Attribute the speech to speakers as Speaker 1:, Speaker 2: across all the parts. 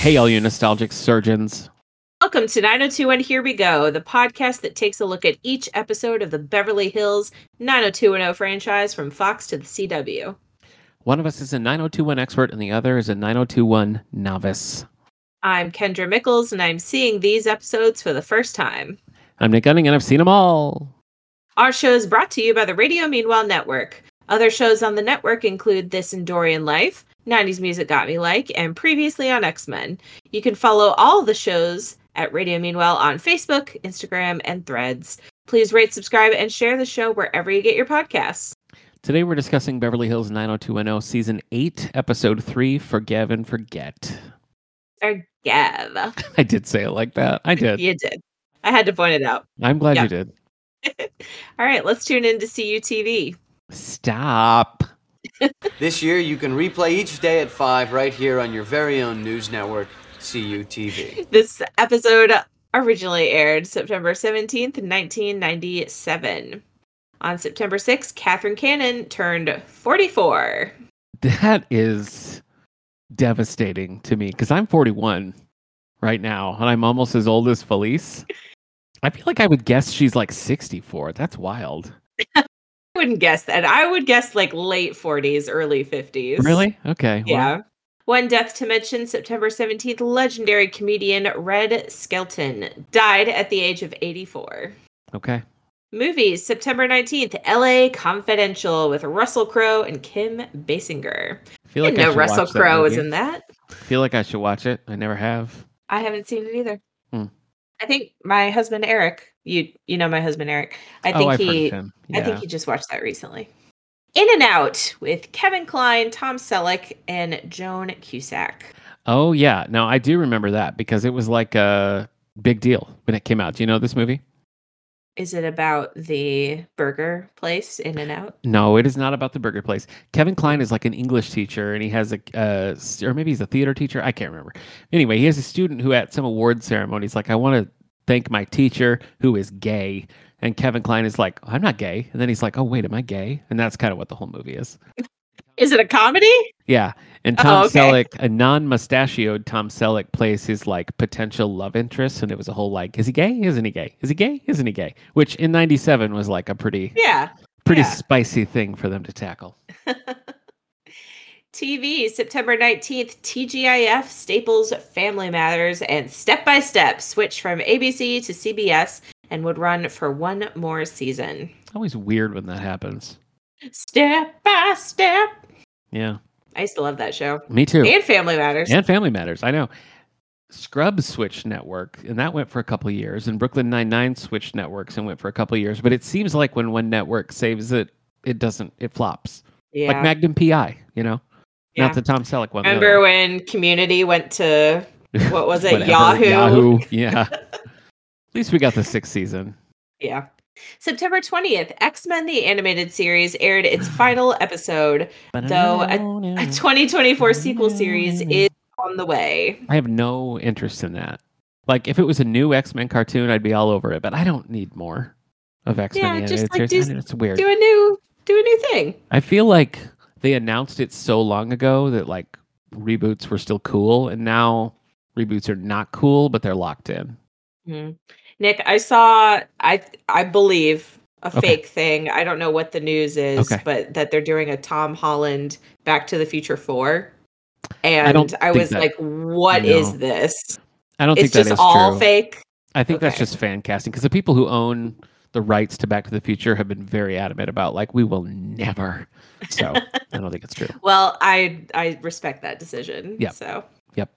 Speaker 1: Hey, all you nostalgic surgeons.
Speaker 2: Welcome to 902 and Here We Go, the podcast that takes a look at each episode of the Beverly Hills 90210 franchise from Fox to the CW.
Speaker 1: One of us is a 9021 expert and the other is a 9021 novice.
Speaker 2: I'm Kendra Mickles, and I'm seeing these episodes for the first time.
Speaker 1: I'm Nick Gunning and I've seen them all.
Speaker 2: Our show is brought to you by the Radio Meanwhile Network. Other shows on the network include This and Dorian Life, 90s Music Got Me Like, and previously on X Men. You can follow all the shows at Radio Meanwhile on Facebook, Instagram, and Threads. Please rate, subscribe, and share the show wherever you get your podcasts.
Speaker 1: Today we're discussing Beverly Hills 90210 season 8, episode 3, Forgive and Forget.
Speaker 2: Or Gav.
Speaker 1: I did say it like that. I did.
Speaker 2: You did. I had to point it out.
Speaker 1: I'm glad
Speaker 2: Yeah.
Speaker 1: you did.
Speaker 2: All right, let's tune in to CUTV.
Speaker 1: Stop.
Speaker 3: This year, you can replay each day at 5 right here on your very own news network, CUTV.
Speaker 2: This episode originally aired September 17th, 1997. On September 6th, Catherine Cannon turned 44.
Speaker 1: That is devastating to me because I'm 41 right now and I'm almost as old as Felice. I feel like I would guess she's like 64. That's wild.
Speaker 2: I wouldn't guess that. I would guess like late 40s, early 50s.
Speaker 1: Really? Okay. well,
Speaker 2: Yeah. One death to mention September 17th, legendary comedian Red Skelton died at the age of 84.
Speaker 1: okay.
Speaker 2: Movies September 19th, LA Confidential with Russell Crowe and Kim Basinger.
Speaker 1: I feel
Speaker 2: I
Speaker 1: like
Speaker 2: didn't
Speaker 1: I
Speaker 2: know
Speaker 1: should
Speaker 2: Russell
Speaker 1: watch that
Speaker 2: Crowe was
Speaker 1: movie.
Speaker 2: in that.
Speaker 1: I feel like I should watch it. I never have.
Speaker 2: I haven't seen it either.
Speaker 1: Hmm.
Speaker 2: I think my husband Eric, you you know my husband Eric. I
Speaker 1: oh,
Speaker 2: think
Speaker 1: I've
Speaker 2: he
Speaker 1: heard of him.
Speaker 2: I think he just watched that recently. In and Out with Kevin Klein, Tom Selleck, and Joan Cusack.
Speaker 1: Oh yeah. Now I do remember that because it was like a big deal when it came out. Do you know this movie?
Speaker 2: Is it about the burger place In and Out?
Speaker 1: No, it is not about the burger place. Kevin Klein is like an English teacher, and he has a, uh, s- or maybe he's a theater teacher. I can't remember. Anyway, he has a student who at some award ceremony is like, "I want to thank my teacher who is gay," and Kevin Klein is like, "I'm not gay," and then he's like, "Oh wait, am I gay?" And that's kind of what the whole movie is.
Speaker 2: Is it a comedy?
Speaker 1: Yeah. And
Speaker 2: Oh,
Speaker 1: Tom
Speaker 2: okay.
Speaker 1: Selleck, a non mustachioed Tom Selleck, plays his like potential love interest. And it was a whole like, is he gay? Isn't he gay? Is he gay? Isn't he gay? Which in 97 was like a pretty,
Speaker 2: Yeah.
Speaker 1: pretty
Speaker 2: yeah.
Speaker 1: spicy thing for them to tackle.
Speaker 2: TV, September 19th, TGIF, Staples, Family Matters, and Step by Step switch from ABC to CBS and would run for one more season.
Speaker 1: Always weird when that happens.
Speaker 2: Step by Step.
Speaker 1: Yeah.
Speaker 2: I used to love that show.
Speaker 1: Me too.
Speaker 2: And Family Matters.
Speaker 1: And Family Matters. I know. Scrubs switched network, and that went for a couple of years. And Brooklyn Nine Nine switched networks and went for a couple of years. But it seems like when one network saves it, it doesn't. It flops.
Speaker 2: Yeah.
Speaker 1: Like Magnum PI, you know,
Speaker 2: yeah.
Speaker 1: not the Tom Selleck one. the other one.
Speaker 2: Remember when Community went to what was it?
Speaker 1: Whatever,
Speaker 2: Yahoo.
Speaker 1: Yahoo. Yeah. At least we got the sixth season.
Speaker 2: Yeah. September 20th, X Men the animated series aired its final episode. Though A 2024 sequel series
Speaker 1: Mm.
Speaker 2: is on the way.
Speaker 1: I have no interest in that. Like if it was a new X Men cartoon, I'd be all over it. But I don't need more of X Men.
Speaker 2: Yeah,
Speaker 1: animated
Speaker 2: just, like,
Speaker 1: series.
Speaker 2: do-
Speaker 1: I know, it's weird.
Speaker 2: Do a new do a new thing.
Speaker 1: I feel like they announced it so long ago that like reboots were still cool, and now reboots are not cool, but they're locked in.
Speaker 2: Mm. Nick, I saw I I believe a
Speaker 1: Okay.
Speaker 2: fake thing. I don't know what the news is,
Speaker 1: Okay.
Speaker 2: but that they're doing a Tom Holland Back to the Future 4. And I,
Speaker 1: don't think
Speaker 2: was
Speaker 1: that-
Speaker 2: like, what is
Speaker 1: No.
Speaker 2: this?
Speaker 1: I don't
Speaker 2: It's
Speaker 1: think that is
Speaker 2: just all
Speaker 1: true.
Speaker 2: fake.
Speaker 1: I think that's
Speaker 2: Okay.
Speaker 1: just fan casting because the people who own the rights to Back to the Future have been very adamant about like we will never. So I don't think it's true.
Speaker 2: Well, I I respect that decision.
Speaker 1: Yep.
Speaker 2: So.
Speaker 1: Yep.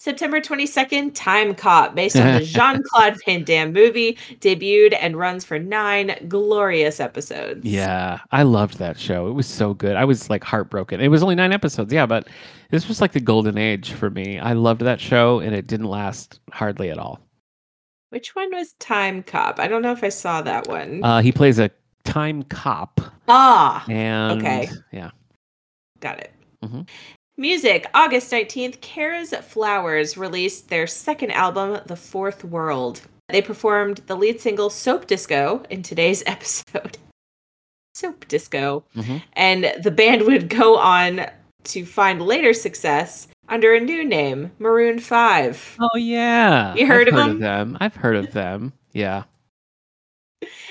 Speaker 2: September 22nd, Time Cop, based on the Jean Claude Van Damme movie, debuted and runs for nine glorious episodes.
Speaker 1: Yeah, I loved that show. It was so good. I was like heartbroken. It was only nine episodes. Yeah, but this was like the golden age for me. I loved that show, and it didn't last hardly at all.
Speaker 2: Which one was Time Cop? I don't know if I saw that one.
Speaker 1: Uh, he plays a time cop,
Speaker 2: ah,
Speaker 1: and
Speaker 2: Okay.
Speaker 1: yeah,
Speaker 2: got it.
Speaker 1: Mhm.
Speaker 2: Music, August 19th, Kara's Flowers released their second album, The Fourth World. They performed the lead single Soap Disco in today's episode. Soap Disco.
Speaker 1: Mhm.
Speaker 2: And the band would go on to find later success under a new name, Maroon 5.
Speaker 1: Oh yeah,
Speaker 2: You heard
Speaker 1: I've
Speaker 2: of
Speaker 1: heard
Speaker 2: them?
Speaker 1: Of them? I've heard of them. Yeah.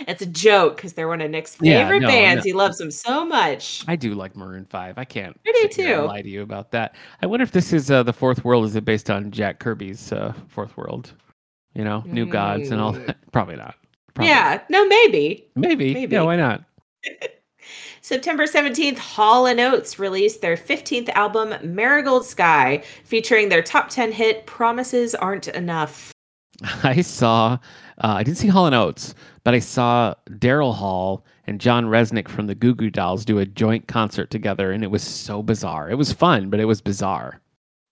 Speaker 2: It's a joke because they're one of Nick's
Speaker 1: Yeah,
Speaker 2: favorite
Speaker 1: no,
Speaker 2: bands.
Speaker 1: no.
Speaker 2: He loves them so much.
Speaker 1: I do like Maroon Five. I can't
Speaker 2: I do
Speaker 1: sit here and
Speaker 2: too.
Speaker 1: lie to you about that. I wonder if this is uh, the Fourth World. Is it based on Jack Kirby's uh, Fourth World? You know, New Gods and all
Speaker 2: Mm.
Speaker 1: that. Probably not. Probably.
Speaker 2: Yeah, no, maybe.
Speaker 1: Maybe.
Speaker 2: Maybe.
Speaker 1: Yeah. Why not?
Speaker 2: September 17th, Hall and Oates released their 15th album, Marigold Sky, featuring their top 10 hit, Promises Aren't Enough.
Speaker 1: I saw. Uh, I didn't see Hall and Oates, but I saw Daryl Hall and John Resnick from the Goo Goo Dolls do a joint concert together, and it was so bizarre. It was fun, but it was bizarre.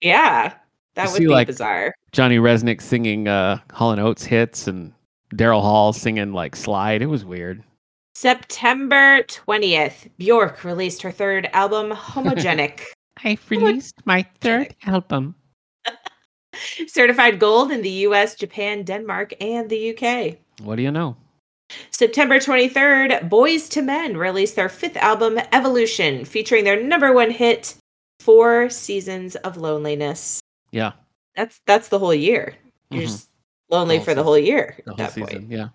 Speaker 2: Yeah, that
Speaker 1: You
Speaker 2: would
Speaker 1: see,
Speaker 2: be
Speaker 1: like-
Speaker 2: bizarre.
Speaker 1: Johnny Resnick singing uh, Hall and Oates hits, and Daryl Hall singing like Slide. It was weird.
Speaker 2: September 20th, Bjork released her third album, Homogenic.
Speaker 1: I've
Speaker 2: would-
Speaker 1: my
Speaker 2: third
Speaker 1: album.
Speaker 2: Certified gold in the US, Japan, Denmark, and the UK.
Speaker 1: What do you know?
Speaker 2: September 23rd, Boys to Men released their fifth album, Evolution, featuring their number one hit, Four Seasons of Loneliness.
Speaker 1: Yeah.
Speaker 2: That's that's the whole year. You're
Speaker 1: Mhm.
Speaker 2: just lonely
Speaker 1: The whole
Speaker 2: for the
Speaker 1: season.
Speaker 2: whole year
Speaker 1: The
Speaker 2: at
Speaker 1: whole
Speaker 2: that
Speaker 1: season.
Speaker 2: point.
Speaker 1: Yeah.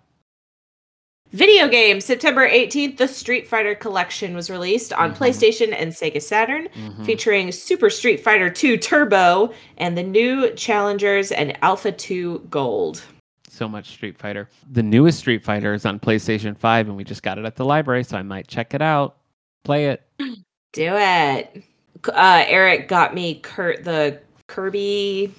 Speaker 2: Video games, September 18th, the Street Fighter Collection was released on
Speaker 1: Mhm.
Speaker 2: PlayStation and Sega Saturn,
Speaker 1: Mhm.
Speaker 2: featuring Super Street Fighter 2 Turbo and the new Challengers and Alpha 2 Gold.
Speaker 1: So much Street Fighter. The newest Street Fighter is on PlayStation 5, and we just got it at the library, so I might check it out, play it.
Speaker 2: Do it. C- Uh, Eric got me Kurt the Kirby,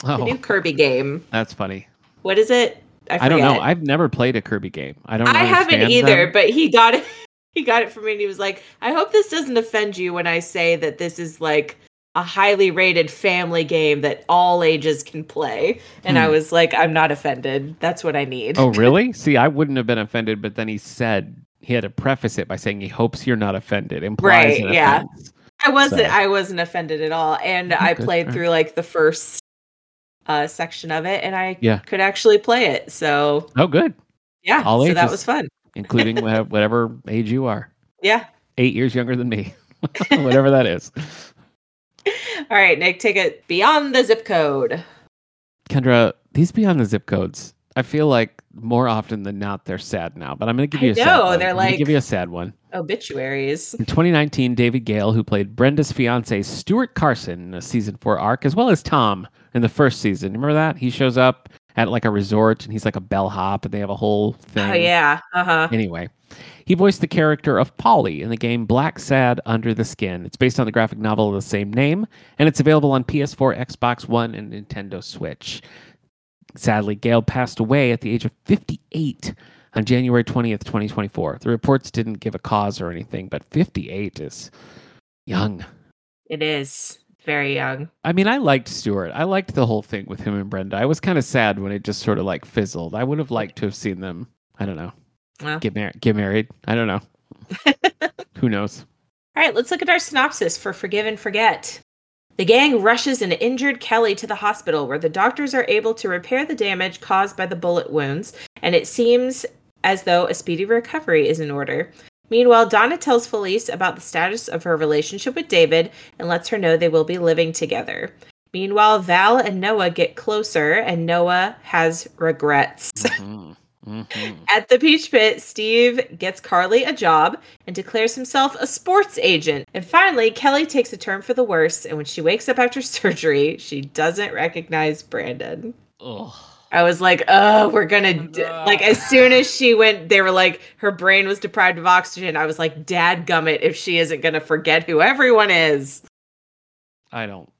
Speaker 2: the
Speaker 1: Oh,
Speaker 2: new Kirby game.
Speaker 1: that's funny.
Speaker 2: What is it?
Speaker 1: I, don't know.
Speaker 2: forget.
Speaker 1: I've never played a Kirby game. I don't.
Speaker 2: I haven't
Speaker 1: understand
Speaker 2: either,
Speaker 1: them.
Speaker 2: but he got it. He got it for me, and he was like, "I hope this doesn't offend you when I say that this is like a highly rated family game that all ages can play." And I
Speaker 1: Hmm.
Speaker 2: was like, "I'm not offended. That's what I need."
Speaker 1: Oh, really? See, I wouldn't have been offended, but then he said he had to preface it by saying he hopes you're not offended. Implies
Speaker 2: Right,
Speaker 1: an
Speaker 2: yeah.
Speaker 1: offense.
Speaker 2: I wasn't.
Speaker 1: so-
Speaker 2: I wasn't offended at all, and I
Speaker 1: Okay,
Speaker 2: played
Speaker 1: fair.
Speaker 2: through like the first uh, section of it, and I
Speaker 1: Yeah.
Speaker 2: could actually play it. So
Speaker 1: Oh, good.
Speaker 2: yeah,
Speaker 1: All
Speaker 2: so that
Speaker 1: ages.
Speaker 2: was fun.
Speaker 1: Including wha- whatever age you are,
Speaker 2: Yeah.
Speaker 1: eight years younger than me, whatever that is.
Speaker 2: All right, Nick, take it beyond the zip code.
Speaker 1: Kendra, these beyond the zip codes. I feel like more often than not they're sad now, but I'm going to give
Speaker 2: I
Speaker 1: you a sad
Speaker 2: know,
Speaker 1: one.
Speaker 2: they're
Speaker 1: I'm gonna give
Speaker 2: like-
Speaker 1: you a sad one.
Speaker 2: Obituaries.
Speaker 1: In 2019, David Gale, who played Brenda's fiance Stuart Carson in a season four arc, as well as Tom in the first season. Remember that he shows up at like a resort and he's like a bellhop, and they have a whole thing.
Speaker 2: Oh yeah. Uh huh.
Speaker 1: Anyway, he voiced the character of Polly in the game Black Sad Under the Skin. It's based on the graphic novel of the same name, and it's available on PS4, Xbox One, and Nintendo Switch. Sadly, Gale passed away at the age of 58 on January 20th, 2024. The reports didn't give a cause or anything, but 58 is young.
Speaker 2: It is very young.
Speaker 1: I mean, I liked Stewart. I liked the whole thing with him and Brenda. I was kind of sad when it just sort of like fizzled. I would have liked to have seen them. I don't know.
Speaker 2: Well.
Speaker 1: Get married. Get married. I don't know. Who knows?
Speaker 2: All right, let's look at our synopsis for Forgive and Forget. The gang rushes an injured Kelly to the hospital where the doctors are able to repair the damage caused by the bullet wounds, and it seems as though a speedy recovery is in order. Meanwhile, Donna tells Felice about the status of her relationship with David and lets her know they will be living together. Meanwhile, Val and Noah get closer, and Noah has regrets.
Speaker 1: Mhm. Mhm.
Speaker 2: At the Peach Pit, Steve gets Carly a job and declares himself a sports agent. And finally, Kelly takes a turn for the worse, and when she wakes up after surgery, she doesn't recognize Brandon.
Speaker 1: Ugh.
Speaker 2: I was like, oh, we're gonna d-. like as soon as she went, they were like, her brain was deprived of oxygen. I was like, dad gummit, if she isn't gonna forget who everyone is.
Speaker 1: I don't.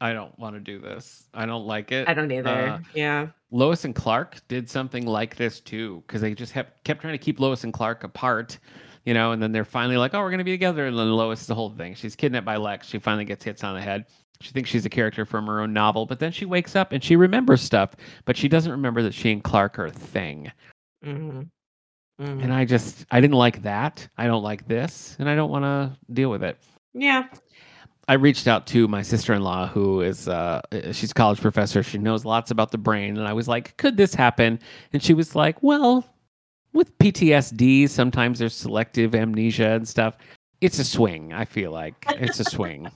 Speaker 1: I don't want to do this. I don't like it.
Speaker 2: I don't either.
Speaker 1: Uh,
Speaker 2: yeah.
Speaker 1: Lois and Clark did something like this too, because they just kept kept trying to keep Lois and Clark apart, you know. And then they're finally like, "Oh, we're gonna be together." And then Lois, the whole thing, she's kidnapped by Lex. She finally gets hits on the head. She thinks she's a character from her own novel, but then she wakes up and she remembers stuff, but she doesn't remember that she and Clark are a thing.
Speaker 2: Mhm. Mhm.
Speaker 1: And I just, I didn't like that. I don't like this, and I don't want to deal with it.
Speaker 2: Yeah.
Speaker 1: I reached out to my sister in law, who is uh, uh, she's a college professor. She knows lots about the brain, and I was like, "Could this happen?" And she was like, "Well, with PTSD, sometimes there's selective amnesia and stuff. It's a swing. I feel like it's a swing.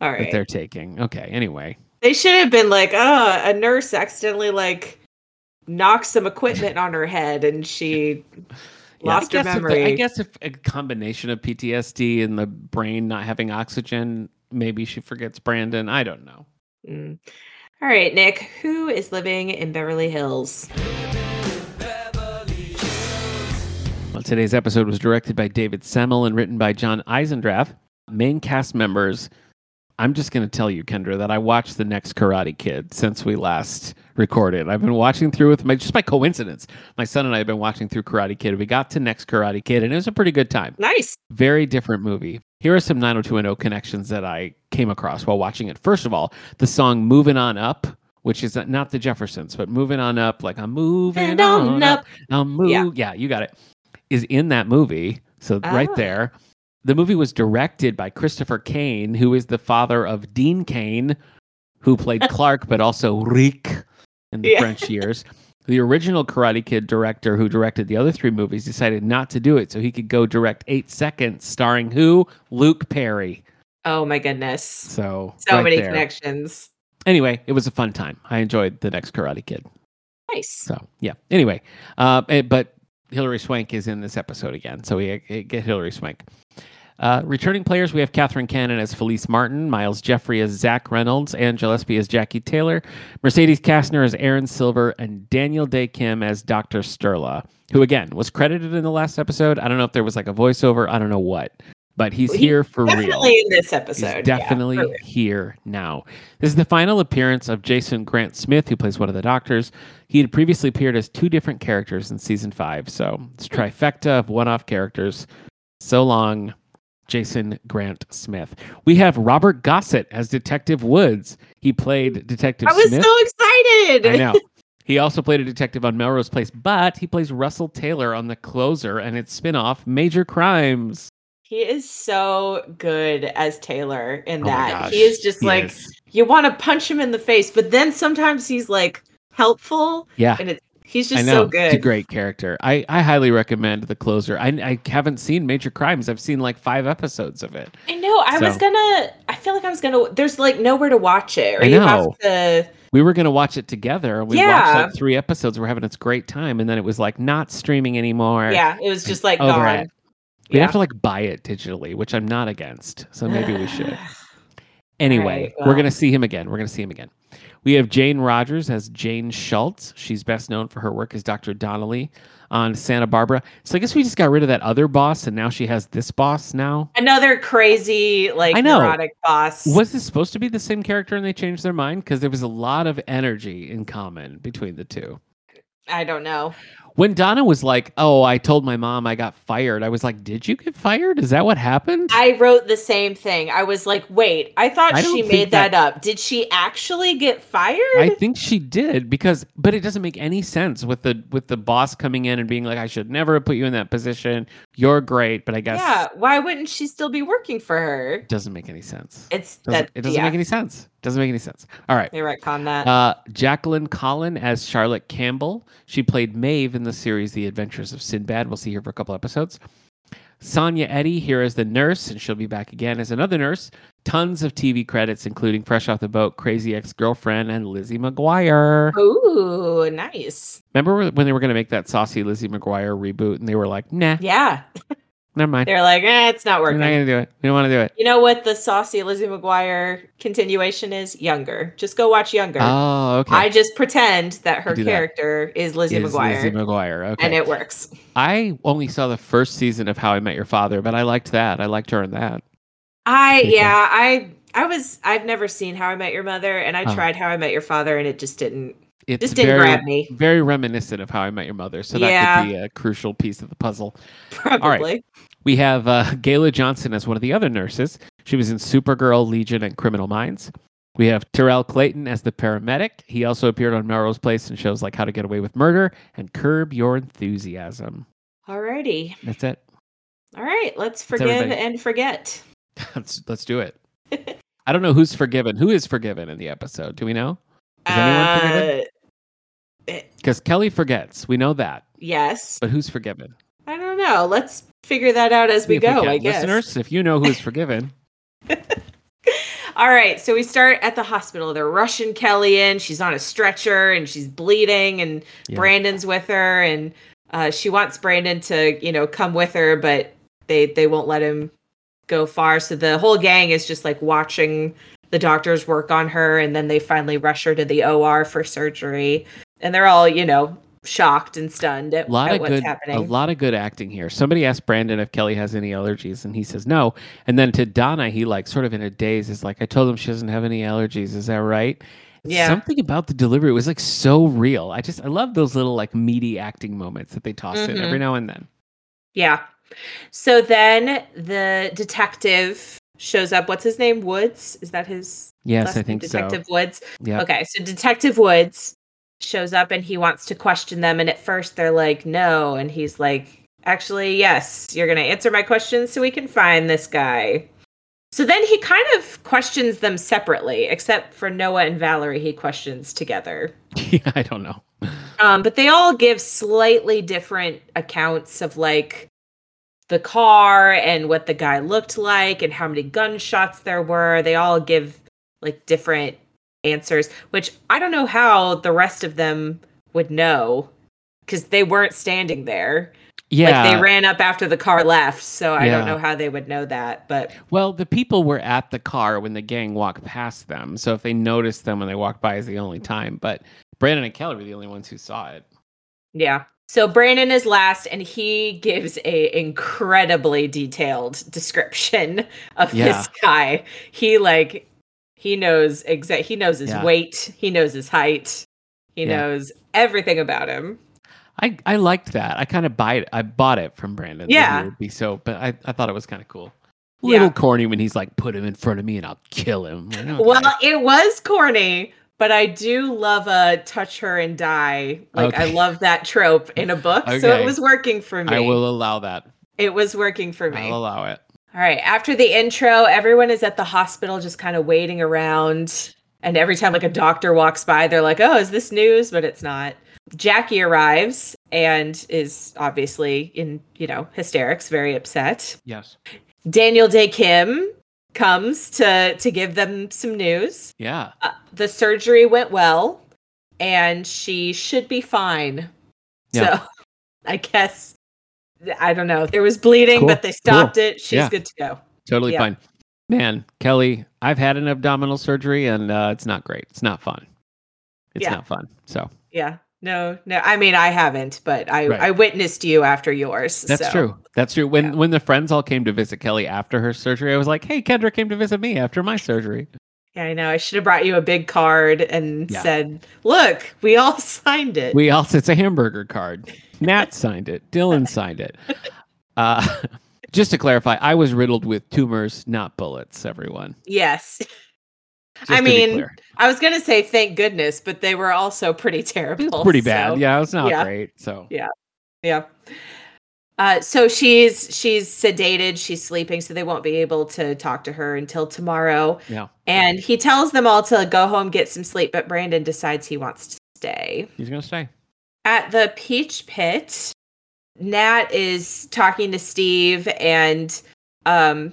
Speaker 2: All
Speaker 1: that
Speaker 2: right.
Speaker 1: they're taking. Okay. Anyway,
Speaker 2: They should have been like, oh, a nurse accidentally like knocked some equipment on her head and she
Speaker 1: Yeah,
Speaker 2: lost
Speaker 1: I
Speaker 2: her
Speaker 1: guess if the-
Speaker 2: memory.
Speaker 1: I guess if a combination of PTSD and the brain not having oxygen, maybe she forgets Brandon. I don't know.
Speaker 2: Mm. All right, Nick, who is living in Beverly Hills?
Speaker 1: Well, today's episode was directed by David Semmel and written by John Eisendraff. Main cast members. I'm just going to tell you, Kendra, that I watched the next Karate Kid since we last recorded. I've been watching through with my just by coincidence. My son and I have been watching through Karate Kid. We got to next Karate Kid, and it was a pretty good time.
Speaker 2: Nice.
Speaker 1: Very different movie. Here are some 90210 connections that I came across while watching it. First of all, the song Moving On Up, which is uh, not the Jeffersons, but Moving On Up, like I'm moving
Speaker 2: And on up.
Speaker 1: I'm move.
Speaker 2: Yeah.
Speaker 1: Yeah. you got it. Is in that movie. So
Speaker 2: Ah.
Speaker 1: right there. The movie was directed by Christopher Kane, who is the father of Dean Kane, who played Clark, but also Rick in the
Speaker 2: Yeah.
Speaker 1: French years. The original Karate Kid director who directed the other three movies decided not to do it so he could go direct Eight Seconds, starring who? Luke Perry.
Speaker 2: Oh my goodness.
Speaker 1: So,
Speaker 2: So
Speaker 1: right
Speaker 2: many
Speaker 1: there.
Speaker 2: connections.
Speaker 1: Anyway, it was a fun time. I enjoyed the next Karate Kid.
Speaker 2: Nice.
Speaker 1: So yeah. Anyway, uh, eh, but Hillary Swank is in this episode again, so we eh, get Hillary Swank. Uh, returning players, we have Catherine Cannon as Felice Martin, Miles Jeffrey as Zach Reynolds, Ann Gillespie as Jackie Taylor, Mercedes Kastner as Aaron Silver, and Daniel Day Kim as Dr. Sterla, who again was credited in the last episode. I don't know if there was like a voiceover, I don't know what, but he's
Speaker 2: Well, he
Speaker 1: here for real.
Speaker 2: Definitely in this episode. yeah,
Speaker 1: He's
Speaker 2: for
Speaker 1: definitely
Speaker 2: real.
Speaker 1: here now. This is the final appearance of Jason Grant Smith, who plays one of the doctors. He had previously appeared as two different characters in season five. So it's trifecta of one off characters. So long, Jason Grant Smith. We have Robert Gossett as Detective Woods. He played Detective
Speaker 2: I was
Speaker 1: Smith.
Speaker 2: so excited.
Speaker 1: I know. He also played a detective on Melrose Place, but he plays Russell Taylor on The Closer and its spin-off Major Crimes.
Speaker 2: He is so good as Taylor in
Speaker 1: Oh my
Speaker 2: that.
Speaker 1: gosh,
Speaker 2: He is just
Speaker 1: he
Speaker 2: like
Speaker 1: is.
Speaker 2: you want to punch him in the face, but then sometimes he's like helpful
Speaker 1: yeah.
Speaker 2: and it, he's just
Speaker 1: I know.
Speaker 2: so good.
Speaker 1: It's a great character. I, I highly recommend The Closer. I, I haven't seen Major Crimes. I've seen like five episodes of it.
Speaker 2: I know. I was
Speaker 1: So-
Speaker 2: gonna. I feel like I was gonna. There's like nowhere to watch it. Or
Speaker 1: I
Speaker 2: you
Speaker 1: know.
Speaker 2: have to.
Speaker 1: We were going to watch it together. and We watched
Speaker 2: Yeah.
Speaker 1: like three episodes. We're having this great time. And then it was like not streaming anymore.
Speaker 2: Yeah, it was just like
Speaker 1: Over
Speaker 2: gone.
Speaker 1: it. We'd
Speaker 2: Yeah.
Speaker 1: have to like buy it digitally, which I'm not against. So maybe we should. Anyway,
Speaker 2: Alright,
Speaker 1: we're
Speaker 2: well.
Speaker 1: going to see him again. We're going to see him again. We have Jane Rogers as Jane Schultz. She's best known for her work as Dr. Donnelly on Santa Barbara. So I guess we just got rid of that other boss and now she has this boss now.
Speaker 2: Another crazy, like
Speaker 1: I know.
Speaker 2: neurotic boss.
Speaker 1: Was this supposed to be the same character and they changed their mind? Because there was a lot of energy in common between the two.
Speaker 2: I don't know.
Speaker 1: When Donna was like, Oh, I told my mom I got fired, I was like, Did you get fired? Is that what happened?
Speaker 2: I wrote the same thing. I was like, wait, I thought
Speaker 1: I don't
Speaker 2: she
Speaker 1: think
Speaker 2: made that,
Speaker 1: that-
Speaker 2: up. Did she actually get fired?
Speaker 1: I think she did because but it doesn't make any sense with the with the boss coming in and being like, I should never have put you in that position. You're great, but I guess
Speaker 2: Yeah. Why wouldn't she still be working for her?
Speaker 1: it doesn't make any sense. It
Speaker 2: It's
Speaker 1: doesn't,
Speaker 2: that.
Speaker 1: it doesn't
Speaker 2: yeah,
Speaker 1: make any sense. Doesn't make any sense. All right.
Speaker 2: they retcon that.
Speaker 1: Uh, Jacqueline Collin as Charlotte Campbell. She played Maeve in the series The Adventures of Sinbad. We'll see her for a couple episodes. Sonia Eddy here as the nurse, and she'll be back again as another nurse. Tons of TV credits, including Fresh Off the Boat, Crazy Ex Girlfriend, and Lizzie McGuire.
Speaker 2: Ooh, nice.
Speaker 1: Remember when they were going to make that saucy Lizzie McGuire reboot, and they were like, "Nah,
Speaker 2: Yeah.
Speaker 1: never mind.
Speaker 2: They're like, eh, it's not
Speaker 1: We're
Speaker 2: working.
Speaker 1: not going to do it. We don't want to do it."
Speaker 2: You know what the saucy Lizzie McGuire continuation is? Younger. Just go watch Younger.
Speaker 1: Oh, okay.
Speaker 2: I just pretend that her
Speaker 1: Do that.
Speaker 2: character is Lizzie
Speaker 1: Is
Speaker 2: McGuire,
Speaker 1: Lizzie McGuire. Okay.
Speaker 2: and it works.
Speaker 1: I only saw the first season of How I Met Your Father, but I liked that. I liked her in that.
Speaker 2: I
Speaker 1: Okay.
Speaker 2: yeah, I I was I've never seen How I Met Your Mother, and I
Speaker 1: Oh.
Speaker 2: tried How I Met Your Father, and it just didn't
Speaker 1: It's
Speaker 2: just didn't
Speaker 1: very,
Speaker 2: grab me.
Speaker 1: very reminiscent of How I Met Your Mother, so that
Speaker 2: Yeah.
Speaker 1: could be a crucial piece of the puzzle.
Speaker 2: Probably.
Speaker 1: We have uh, Gayla Johnson as one of the other nurses. She was in Supergirl, Legion, and Criminal Minds. We have Terrell Clayton as the paramedic. He also appeared on Melrose Place in shows like How to Get Away with Murder and Curb Your Enthusiasm.
Speaker 2: Alrighty.
Speaker 1: That's it.
Speaker 2: All right. Let's forgive
Speaker 1: everybody.
Speaker 2: and forget.
Speaker 1: let's, let's do it. I don't know who's forgiven. Who is forgiven in the episode? Do we know? Is anyone forgiven?
Speaker 2: Uh,
Speaker 1: Because Kelly forgets. We know that.
Speaker 2: yes.
Speaker 1: But who's forgiven?
Speaker 2: I don't know. Let's figure that out as we
Speaker 1: If
Speaker 2: go,
Speaker 1: can.
Speaker 2: I guess.
Speaker 1: Listeners, if you know who's forgiven,
Speaker 2: All right, so we start at the hospital. They're rushing Kelly in. She's on a stretcher and she's bleeding, and
Speaker 1: Yeah.
Speaker 2: Brandon's with her, and uh, she wants Brandon to, you know, come with her, but they they won't let him go far. So the whole gang is just like watching the doctors work on her, and then they finally rush her to the OR for surgery, and they're all, you know, shocked and stunned at,
Speaker 1: A lot
Speaker 2: at
Speaker 1: of
Speaker 2: what's
Speaker 1: good,
Speaker 2: happening.
Speaker 1: a lot of good acting here. Somebody asked Brandon if Kelly has any allergies, and he says no. And then to Donna, he like sort of in a daze is like, "I told him she doesn't have any allergies. Is that right?"
Speaker 2: Yeah.
Speaker 1: Something about the delivery was like so real. I just I love those little like meaty acting moments that they toss in
Speaker 2: Mhm.
Speaker 1: every now and then.
Speaker 2: Yeah. So then the detective shows up. What's his name? Woods? Is that his
Speaker 1: Yes,
Speaker 2: last
Speaker 1: I
Speaker 2: name?
Speaker 1: think
Speaker 2: Detective
Speaker 1: so.
Speaker 2: Woods.
Speaker 1: Yeah.
Speaker 2: Okay, so Detective Woods shows up and he wants to question them and at first they're like no and he's like actually yes, you're going to answer my questions so we can find this guy. So then he kind of questions them separately except for Noah and Valerie he questions together.
Speaker 1: yeah, I don't know.
Speaker 2: Um, but they all give slightly different accounts of like the car and what the guy looked like and how many gunshots there were. They all give like different answers, which I don't know how the rest of them would know because they weren't standing there.
Speaker 1: Yeah,
Speaker 2: Like they ran up after the car left. So I don't
Speaker 1: Yeah.
Speaker 2: know how they would know that. But
Speaker 1: Well, the people were at the car when the gang walked past them. So if they noticed them when they walked by is the only time. But Brandon and Kelly were the only ones who saw it.
Speaker 2: Yeah. So Brandon is last, and he gives a incredibly detailed description of
Speaker 1: Yeah.
Speaker 2: this guy. He like he knows exact. He knows his
Speaker 1: Yeah.
Speaker 2: weight. He knows his height. He
Speaker 1: Yeah.
Speaker 2: knows everything about him.
Speaker 1: I, I liked that. I kind of buy it. I bought it from Brandon. that he
Speaker 2: Yeah.
Speaker 1: would be so, but I, I thought it was kind of cool.
Speaker 2: Yeah.
Speaker 1: Little corny when he's like, put him in front of me and I'll kill him. Like, okay.
Speaker 2: Well, it was corny, but I do love a touch her and die. Like I
Speaker 1: Okay.
Speaker 2: love that trope in a book, so
Speaker 1: Okay.
Speaker 2: it was working for me.
Speaker 1: I will allow that.
Speaker 2: It was working for me.
Speaker 1: I'll allow it.
Speaker 2: All right. After the intro, everyone is at the hospital just kind of waiting around. And every time like a doctor walks by, they're like, oh, is this news? But it's not. Jackie arrives and is obviously in, you know, hysterics, very upset.
Speaker 1: Yes.
Speaker 2: Daniel Day Kim comes to to give them some news.
Speaker 1: Yeah.
Speaker 2: Uh, the surgery went well and she should be fine.
Speaker 1: Yeah.
Speaker 2: So I guess I don't know. There was bleeding,
Speaker 1: Cool,
Speaker 2: but they stopped it. She's
Speaker 1: Yeah.
Speaker 2: good to go.
Speaker 1: Totally
Speaker 2: Yeah.
Speaker 1: fine. Man, Kelly, I've had an abdominal surgery and uh, it's not great. It's not fun. It's
Speaker 2: Yeah.
Speaker 1: not fun. So
Speaker 2: Yeah. No, no. I mean, I haven't, but I,
Speaker 1: Right.
Speaker 2: I witnessed you after yours.
Speaker 1: That's
Speaker 2: so.
Speaker 1: true. That's true. When
Speaker 2: Yeah.
Speaker 1: when the friends all came to visit Kelly after her surgery, I was like, "Hey, Kendra came to visit me after my surgery."
Speaker 2: Yeah, I know. I should have brought you a big card and
Speaker 1: Yeah.
Speaker 2: said, look, we all signed it.
Speaker 1: We also it's a hamburger card. Nat signed it. Dylan signed it. Uh, just to clarify, I was riddled with tumors, not bullets. Everyone.
Speaker 2: yes.
Speaker 1: Just
Speaker 2: I
Speaker 1: to be
Speaker 2: mean,
Speaker 1: clear.
Speaker 2: I was going to say thank goodness, but they were also pretty
Speaker 1: It was
Speaker 2: terrible.
Speaker 1: pretty bad.
Speaker 2: so-
Speaker 1: yeah, it's not
Speaker 2: yeah.
Speaker 1: great. So
Speaker 2: Yeah. Uh, so she's she's sedated, she's sleeping, so they won't be able to talk to her until tomorrow.
Speaker 1: Yeah.
Speaker 2: And he tells them all to go home, get some sleep, but Brandon decides he wants to stay.
Speaker 1: he's gonna stay.
Speaker 2: at the peach pit nat is talking to steve and um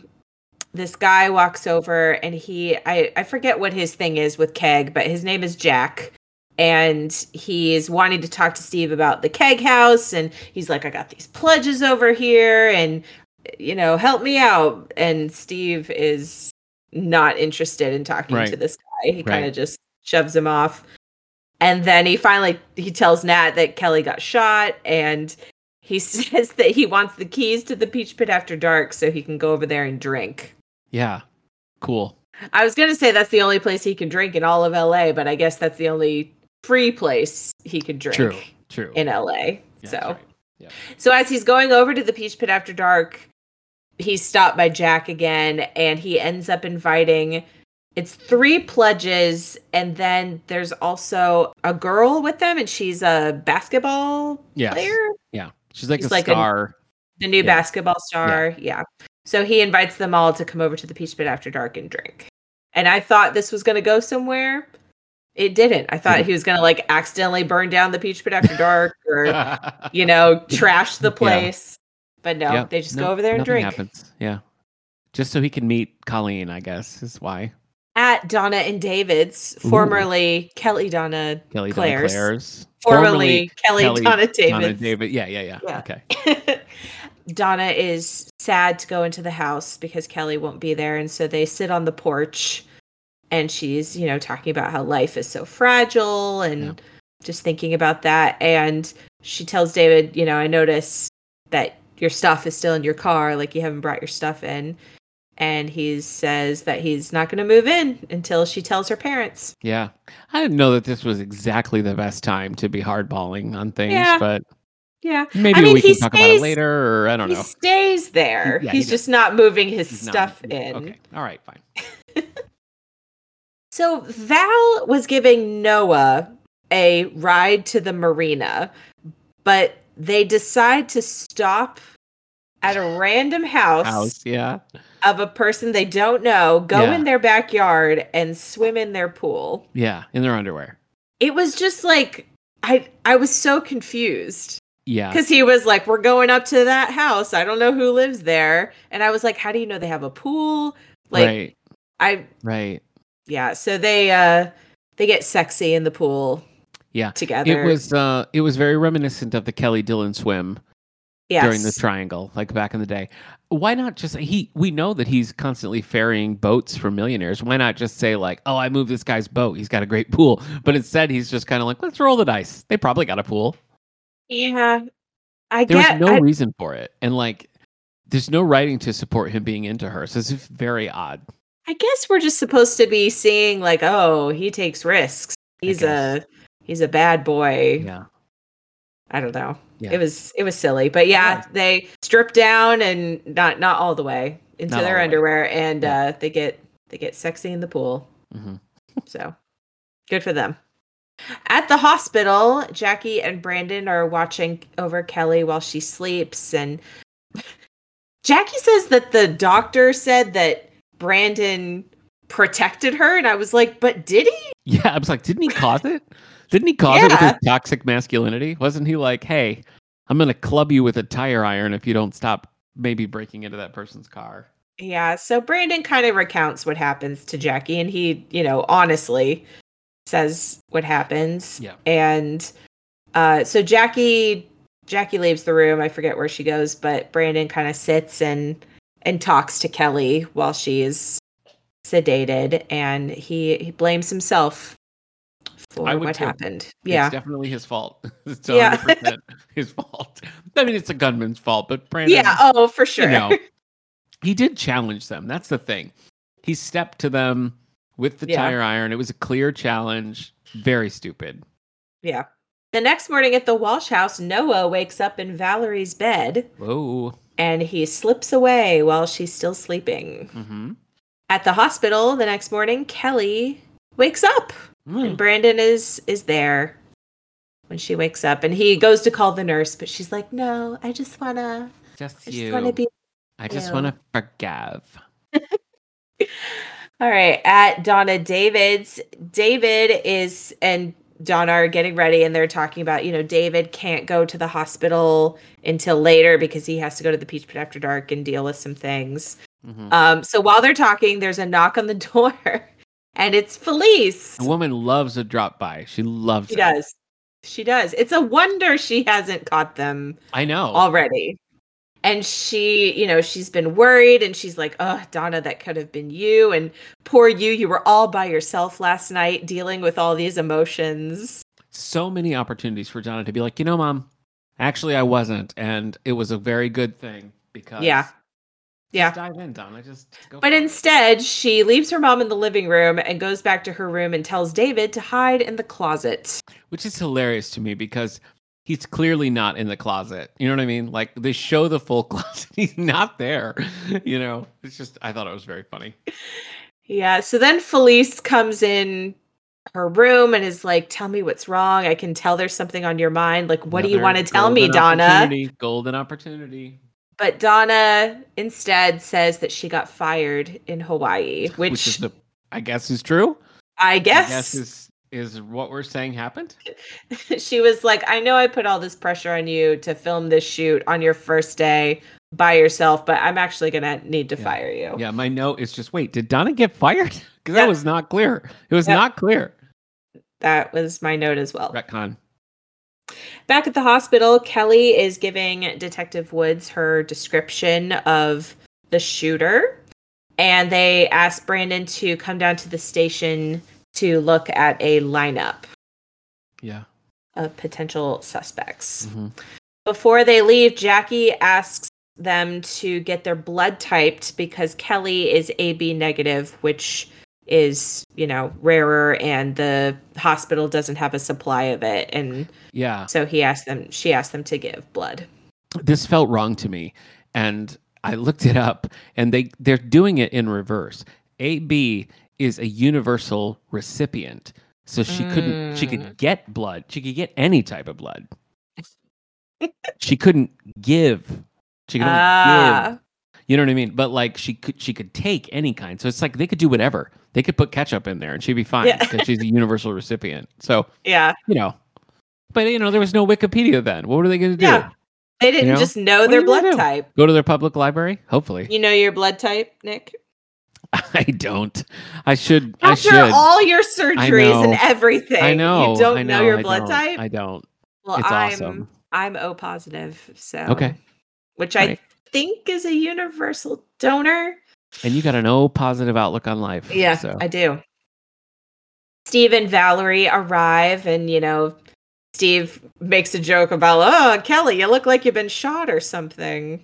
Speaker 2: this guy walks over and he i i forget what his thing is with keg but his name is jack and he's wanting to talk to steve about the keg house and he's like i got these pledges over here and you know help me out and steve is not interested in talking
Speaker 1: Right.
Speaker 2: to this guy he kind
Speaker 1: Right.
Speaker 2: of just shoves him off and then he finally he tells Nat that Kelly got shot and he says that he wants the keys to the peach pit after dark so he can go over there and drink.
Speaker 1: Yeah, cool.
Speaker 2: I was going to say that's the only place he can drink in all of LA, but I guess that's the only free place he could drink
Speaker 1: True. True.
Speaker 2: in LA.
Speaker 1: Yeah,
Speaker 2: so
Speaker 1: that's right.
Speaker 2: so as he's going over to the Peach Pit after dark, he's stopped by Jack again and he ends up inviting it's three pledges and then there's also a girl with them and she's a basketball
Speaker 1: Yes.
Speaker 2: player,
Speaker 1: Yeah. She's like
Speaker 2: She's
Speaker 1: a
Speaker 2: like a-
Speaker 1: star.
Speaker 2: the new
Speaker 1: Yeah.
Speaker 2: basketball star. Yeah. So he invites them all to come over to the Peach Pit after dark and drink. And I thought this was going to go somewhere. It didn't. I thought he was going to like accidentally burn down the Peach Pit after dark or you know, trash the
Speaker 1: Yeah.
Speaker 2: place. But no,
Speaker 1: Yep.
Speaker 2: they just
Speaker 1: No-
Speaker 2: go over there and
Speaker 1: nothing
Speaker 2: drink.
Speaker 1: Happens. Yeah. Just so he can meet Colleen, I guess, is why.
Speaker 2: at Donna and David's, formerly Kelly Donna,
Speaker 1: Kelly Donna
Speaker 2: Claire's.
Speaker 1: Claire's.
Speaker 2: formerly, Kelly, Donna
Speaker 1: Donna
Speaker 2: David's.
Speaker 1: David. Yeah, yeah, yeah,
Speaker 2: Yeah.
Speaker 1: Okay.
Speaker 2: Donna is sad to go into the house because Kelly won't be there. And so they sit on the porch and she's, you know, talking about how life is so fragile and
Speaker 1: Yeah.
Speaker 2: just thinking about that. And she tells David, you know, I notice that your stuff is still in your car, like you haven't brought your stuff in. And he says that he's not going to move in until she tells her parents.
Speaker 1: Yeah. I didn't know that this was exactly the best time to be hardballing on things,
Speaker 2: Yeah.
Speaker 1: but
Speaker 2: Yeah.
Speaker 1: maybe
Speaker 2: mean,
Speaker 1: we
Speaker 2: he
Speaker 1: can talk about
Speaker 2: stays-
Speaker 1: it later or I don't
Speaker 2: he
Speaker 1: know.
Speaker 2: stays there.
Speaker 1: Yeah, he
Speaker 2: he's
Speaker 1: does.
Speaker 2: just not moving his
Speaker 1: He's not-
Speaker 2: stuff in.
Speaker 1: Okay. All right, fine.
Speaker 2: So Val was giving Noah a ride to the marina, but they decide to stop at a random house,
Speaker 1: House, yeah.
Speaker 2: of a person they don't know, go
Speaker 1: Yeah.
Speaker 2: in their backyard and swim in their pool.
Speaker 1: Yeah, in their underwear.
Speaker 2: It was just like I I was so confused
Speaker 1: Yeah.
Speaker 2: cuz he was like we're going up to that house. I don't know who lives there. And I was like how do you know they have a pool? Like
Speaker 1: right.
Speaker 2: I
Speaker 1: Right.
Speaker 2: yeah, so they uh they get sexy in the pool
Speaker 1: Yeah.
Speaker 2: together.
Speaker 1: It was uh it was very reminiscent of the Kelly Dillon swim
Speaker 2: yes.
Speaker 1: during the triangle, like back in the day. Why not just he? We know that he's constantly ferrying boats for millionaires. Why not just say like, "Oh, I moved this guy's boat. He's got a great pool." But instead, he's just kind of like, "Let's roll the dice. They probably got a pool."
Speaker 2: Yeah, I
Speaker 1: There
Speaker 2: get.
Speaker 1: was no
Speaker 2: I-
Speaker 1: reason for it, and like, there's no writing to support him being into her. So it's very odd.
Speaker 2: I guess we're just supposed to be seeing like, oh, he takes risks. He's
Speaker 1: guess.
Speaker 2: a he's a bad boy.
Speaker 1: Yeah,
Speaker 2: I don't know.
Speaker 1: Yeah.
Speaker 2: It was it was silly, but yeah,
Speaker 1: Yeah.
Speaker 2: they strip down and not not all the way into
Speaker 1: Not all
Speaker 2: their
Speaker 1: the way.
Speaker 2: underwear, and
Speaker 1: Yeah.
Speaker 2: uh, they get they get sexy in the pool.
Speaker 1: hmm
Speaker 2: So good for them. At the hospital, Jackie and Brandon are watching over Kelly while she sleeps. And Jackie says that the doctor said that Brandon protected her. And I was like, but did he?
Speaker 1: yeah. I was like, didn't he cause it? Didn't he cause it with his
Speaker 2: Yeah.
Speaker 1: toxic masculinity? Wasn't he like, "Hey, I'm gonna club you with a tire iron if you don't stop." Maybe breaking into that person's car.
Speaker 2: Yeah. So Brandon kind of recounts what happens to Jackie. And he, you know, honestly says what happens.
Speaker 1: Yeah.
Speaker 2: And uh, so Jackie. Jackie leaves the room. I forget where she goes, but Brandon kind of sits and and talks to Kelly while she is sedated, and he, he blames himself for
Speaker 1: I would
Speaker 2: what
Speaker 1: too.
Speaker 2: happened. Yeah,
Speaker 1: It's definitely his fault. It's
Speaker 2: Yeah.
Speaker 1: 100% his fault. I mean, it's a gunman's fault, but Brandon,
Speaker 2: yeah. Oh, for sure.
Speaker 1: you know, he did challenge them. That's the thing. He stepped to them with the
Speaker 2: Yeah.
Speaker 1: tire iron. It was a clear challenge. Very stupid.
Speaker 2: yeah. The next morning at the Walsh house, Noah wakes up in Valerie's bed,
Speaker 1: Whoa.
Speaker 2: and he slips away while she's still sleeping.
Speaker 1: Mm-hmm.
Speaker 2: At the hospital the next morning, Kelly wakes up
Speaker 1: Hmm.
Speaker 2: and
Speaker 1: Mm.
Speaker 2: Brandon is is there when she wakes up and he goes to call the nurse but she's like no I just want to
Speaker 1: Just
Speaker 2: I just
Speaker 1: you.
Speaker 2: want to be
Speaker 1: I just
Speaker 2: you.
Speaker 1: want to forgive.
Speaker 2: All right, at Donna David's, David is and Donna are getting ready and they're talking about, you know, David can't go to the hospital until later because he has to go to the Peach Pit after dark and deal with some things.
Speaker 1: Mhm.
Speaker 2: Um, so while they're talking, there's a knock on the door and it's Felice.
Speaker 1: a woman loves a drop by. She loves
Speaker 2: She
Speaker 1: it.
Speaker 2: does. She does. It's a wonder she hasn't caught them
Speaker 1: I know.
Speaker 2: already. And she, you know, she's been worried and she's like, oh, Donna, that could have been you. And poor you, you were all by yourself last night dealing with all these emotions.
Speaker 1: so many opportunities for Donna to be like, you know, mom, actually I wasn't, and it was a very good thing because
Speaker 2: Yeah.
Speaker 1: Just
Speaker 2: Yeah.
Speaker 1: dive in, Donna. Just go
Speaker 2: But
Speaker 1: for it.
Speaker 2: instead, she leaves her mom in the living room and goes back to her room and tells David to hide in the closet.
Speaker 1: which is hilarious to me because he's clearly not in the closet. You know what I mean? Like they show the full closet, he's not there. You know, it's just I thought it was very funny.
Speaker 2: Yeah. So then Felice comes in her room and is like, tell me what's wrong. I can tell there's something on your mind. Like, what do you
Speaker 1: Another
Speaker 2: want to tell me,
Speaker 1: golden
Speaker 2: Donna?
Speaker 1: opportunity, Golden opportunity,
Speaker 2: But Donna instead says that she got fired in Hawaii,
Speaker 1: which,
Speaker 2: which,
Speaker 1: is the I guess is true.
Speaker 2: I
Speaker 1: I
Speaker 2: guess,
Speaker 1: guess is is what we're saying happened.
Speaker 2: she was like, I know I put all this pressure on you to film this shoot on your first day. by yourself, but I'm actually gonna need to fire you.
Speaker 1: Yeah, my note is just wait, did Donna get fired? Because that
Speaker 2: Yeah.
Speaker 1: was not clear. It was
Speaker 2: Yeah.
Speaker 1: not clear.
Speaker 2: That was my note as well.
Speaker 1: Retcon.
Speaker 2: Back at the hospital, Kelly is giving Detective Woods her description of the shooter, and they ask Brandon to come down to the station to look at a lineup
Speaker 1: Yeah.
Speaker 2: of potential suspects.
Speaker 1: Mhm.
Speaker 2: Before they leave, Jackie asks them to get their blood typed because Kelly is AB negative, which is, you know, rarer and the hospital doesn't have a supply of it and
Speaker 1: Yeah.
Speaker 2: so he asked them she asked them to give blood.
Speaker 1: this felt wrong to me and i looked it up and they they're doing it in reverse ab is a universal recipient so she couldn't she could
Speaker 2: Mm.
Speaker 1: get blood she could get any type of blood she couldn't give she could only
Speaker 2: Ah.
Speaker 1: give you know what i mean but like she could she could take any kind so it's like they could do whatever they could put ketchup in there and she'd be fine
Speaker 2: Yeah.
Speaker 1: because she's a universal recipient so
Speaker 2: yeah.
Speaker 1: you know but you know there was no wikipedia then what were they going to do
Speaker 2: Yeah. They didn't
Speaker 1: know?
Speaker 2: just know
Speaker 1: What
Speaker 2: their
Speaker 1: do you
Speaker 2: blood
Speaker 1: do?
Speaker 2: type.
Speaker 1: go to their public library hopefully
Speaker 2: You know your blood type, Nick?
Speaker 1: I don't. I should. I
Speaker 2: After
Speaker 1: should.
Speaker 2: all your surgeries and
Speaker 1: know.
Speaker 2: everything,
Speaker 1: I know.
Speaker 2: you don't
Speaker 1: I
Speaker 2: know, your
Speaker 1: I
Speaker 2: blood
Speaker 1: don't,
Speaker 2: type?
Speaker 1: I don't.
Speaker 2: well,
Speaker 1: it's
Speaker 2: I'm
Speaker 1: awesome.
Speaker 2: I'm O positive, so
Speaker 1: Okay.
Speaker 2: which I
Speaker 1: Right.
Speaker 2: think is a universal donor.
Speaker 1: And you got an O positive outlook on life.
Speaker 2: Yeah,
Speaker 1: So.
Speaker 2: I do. Steve and Valerie arrive, and you know, Steve makes a joke about, "Oh, Kelly, you look like you've been shot or something."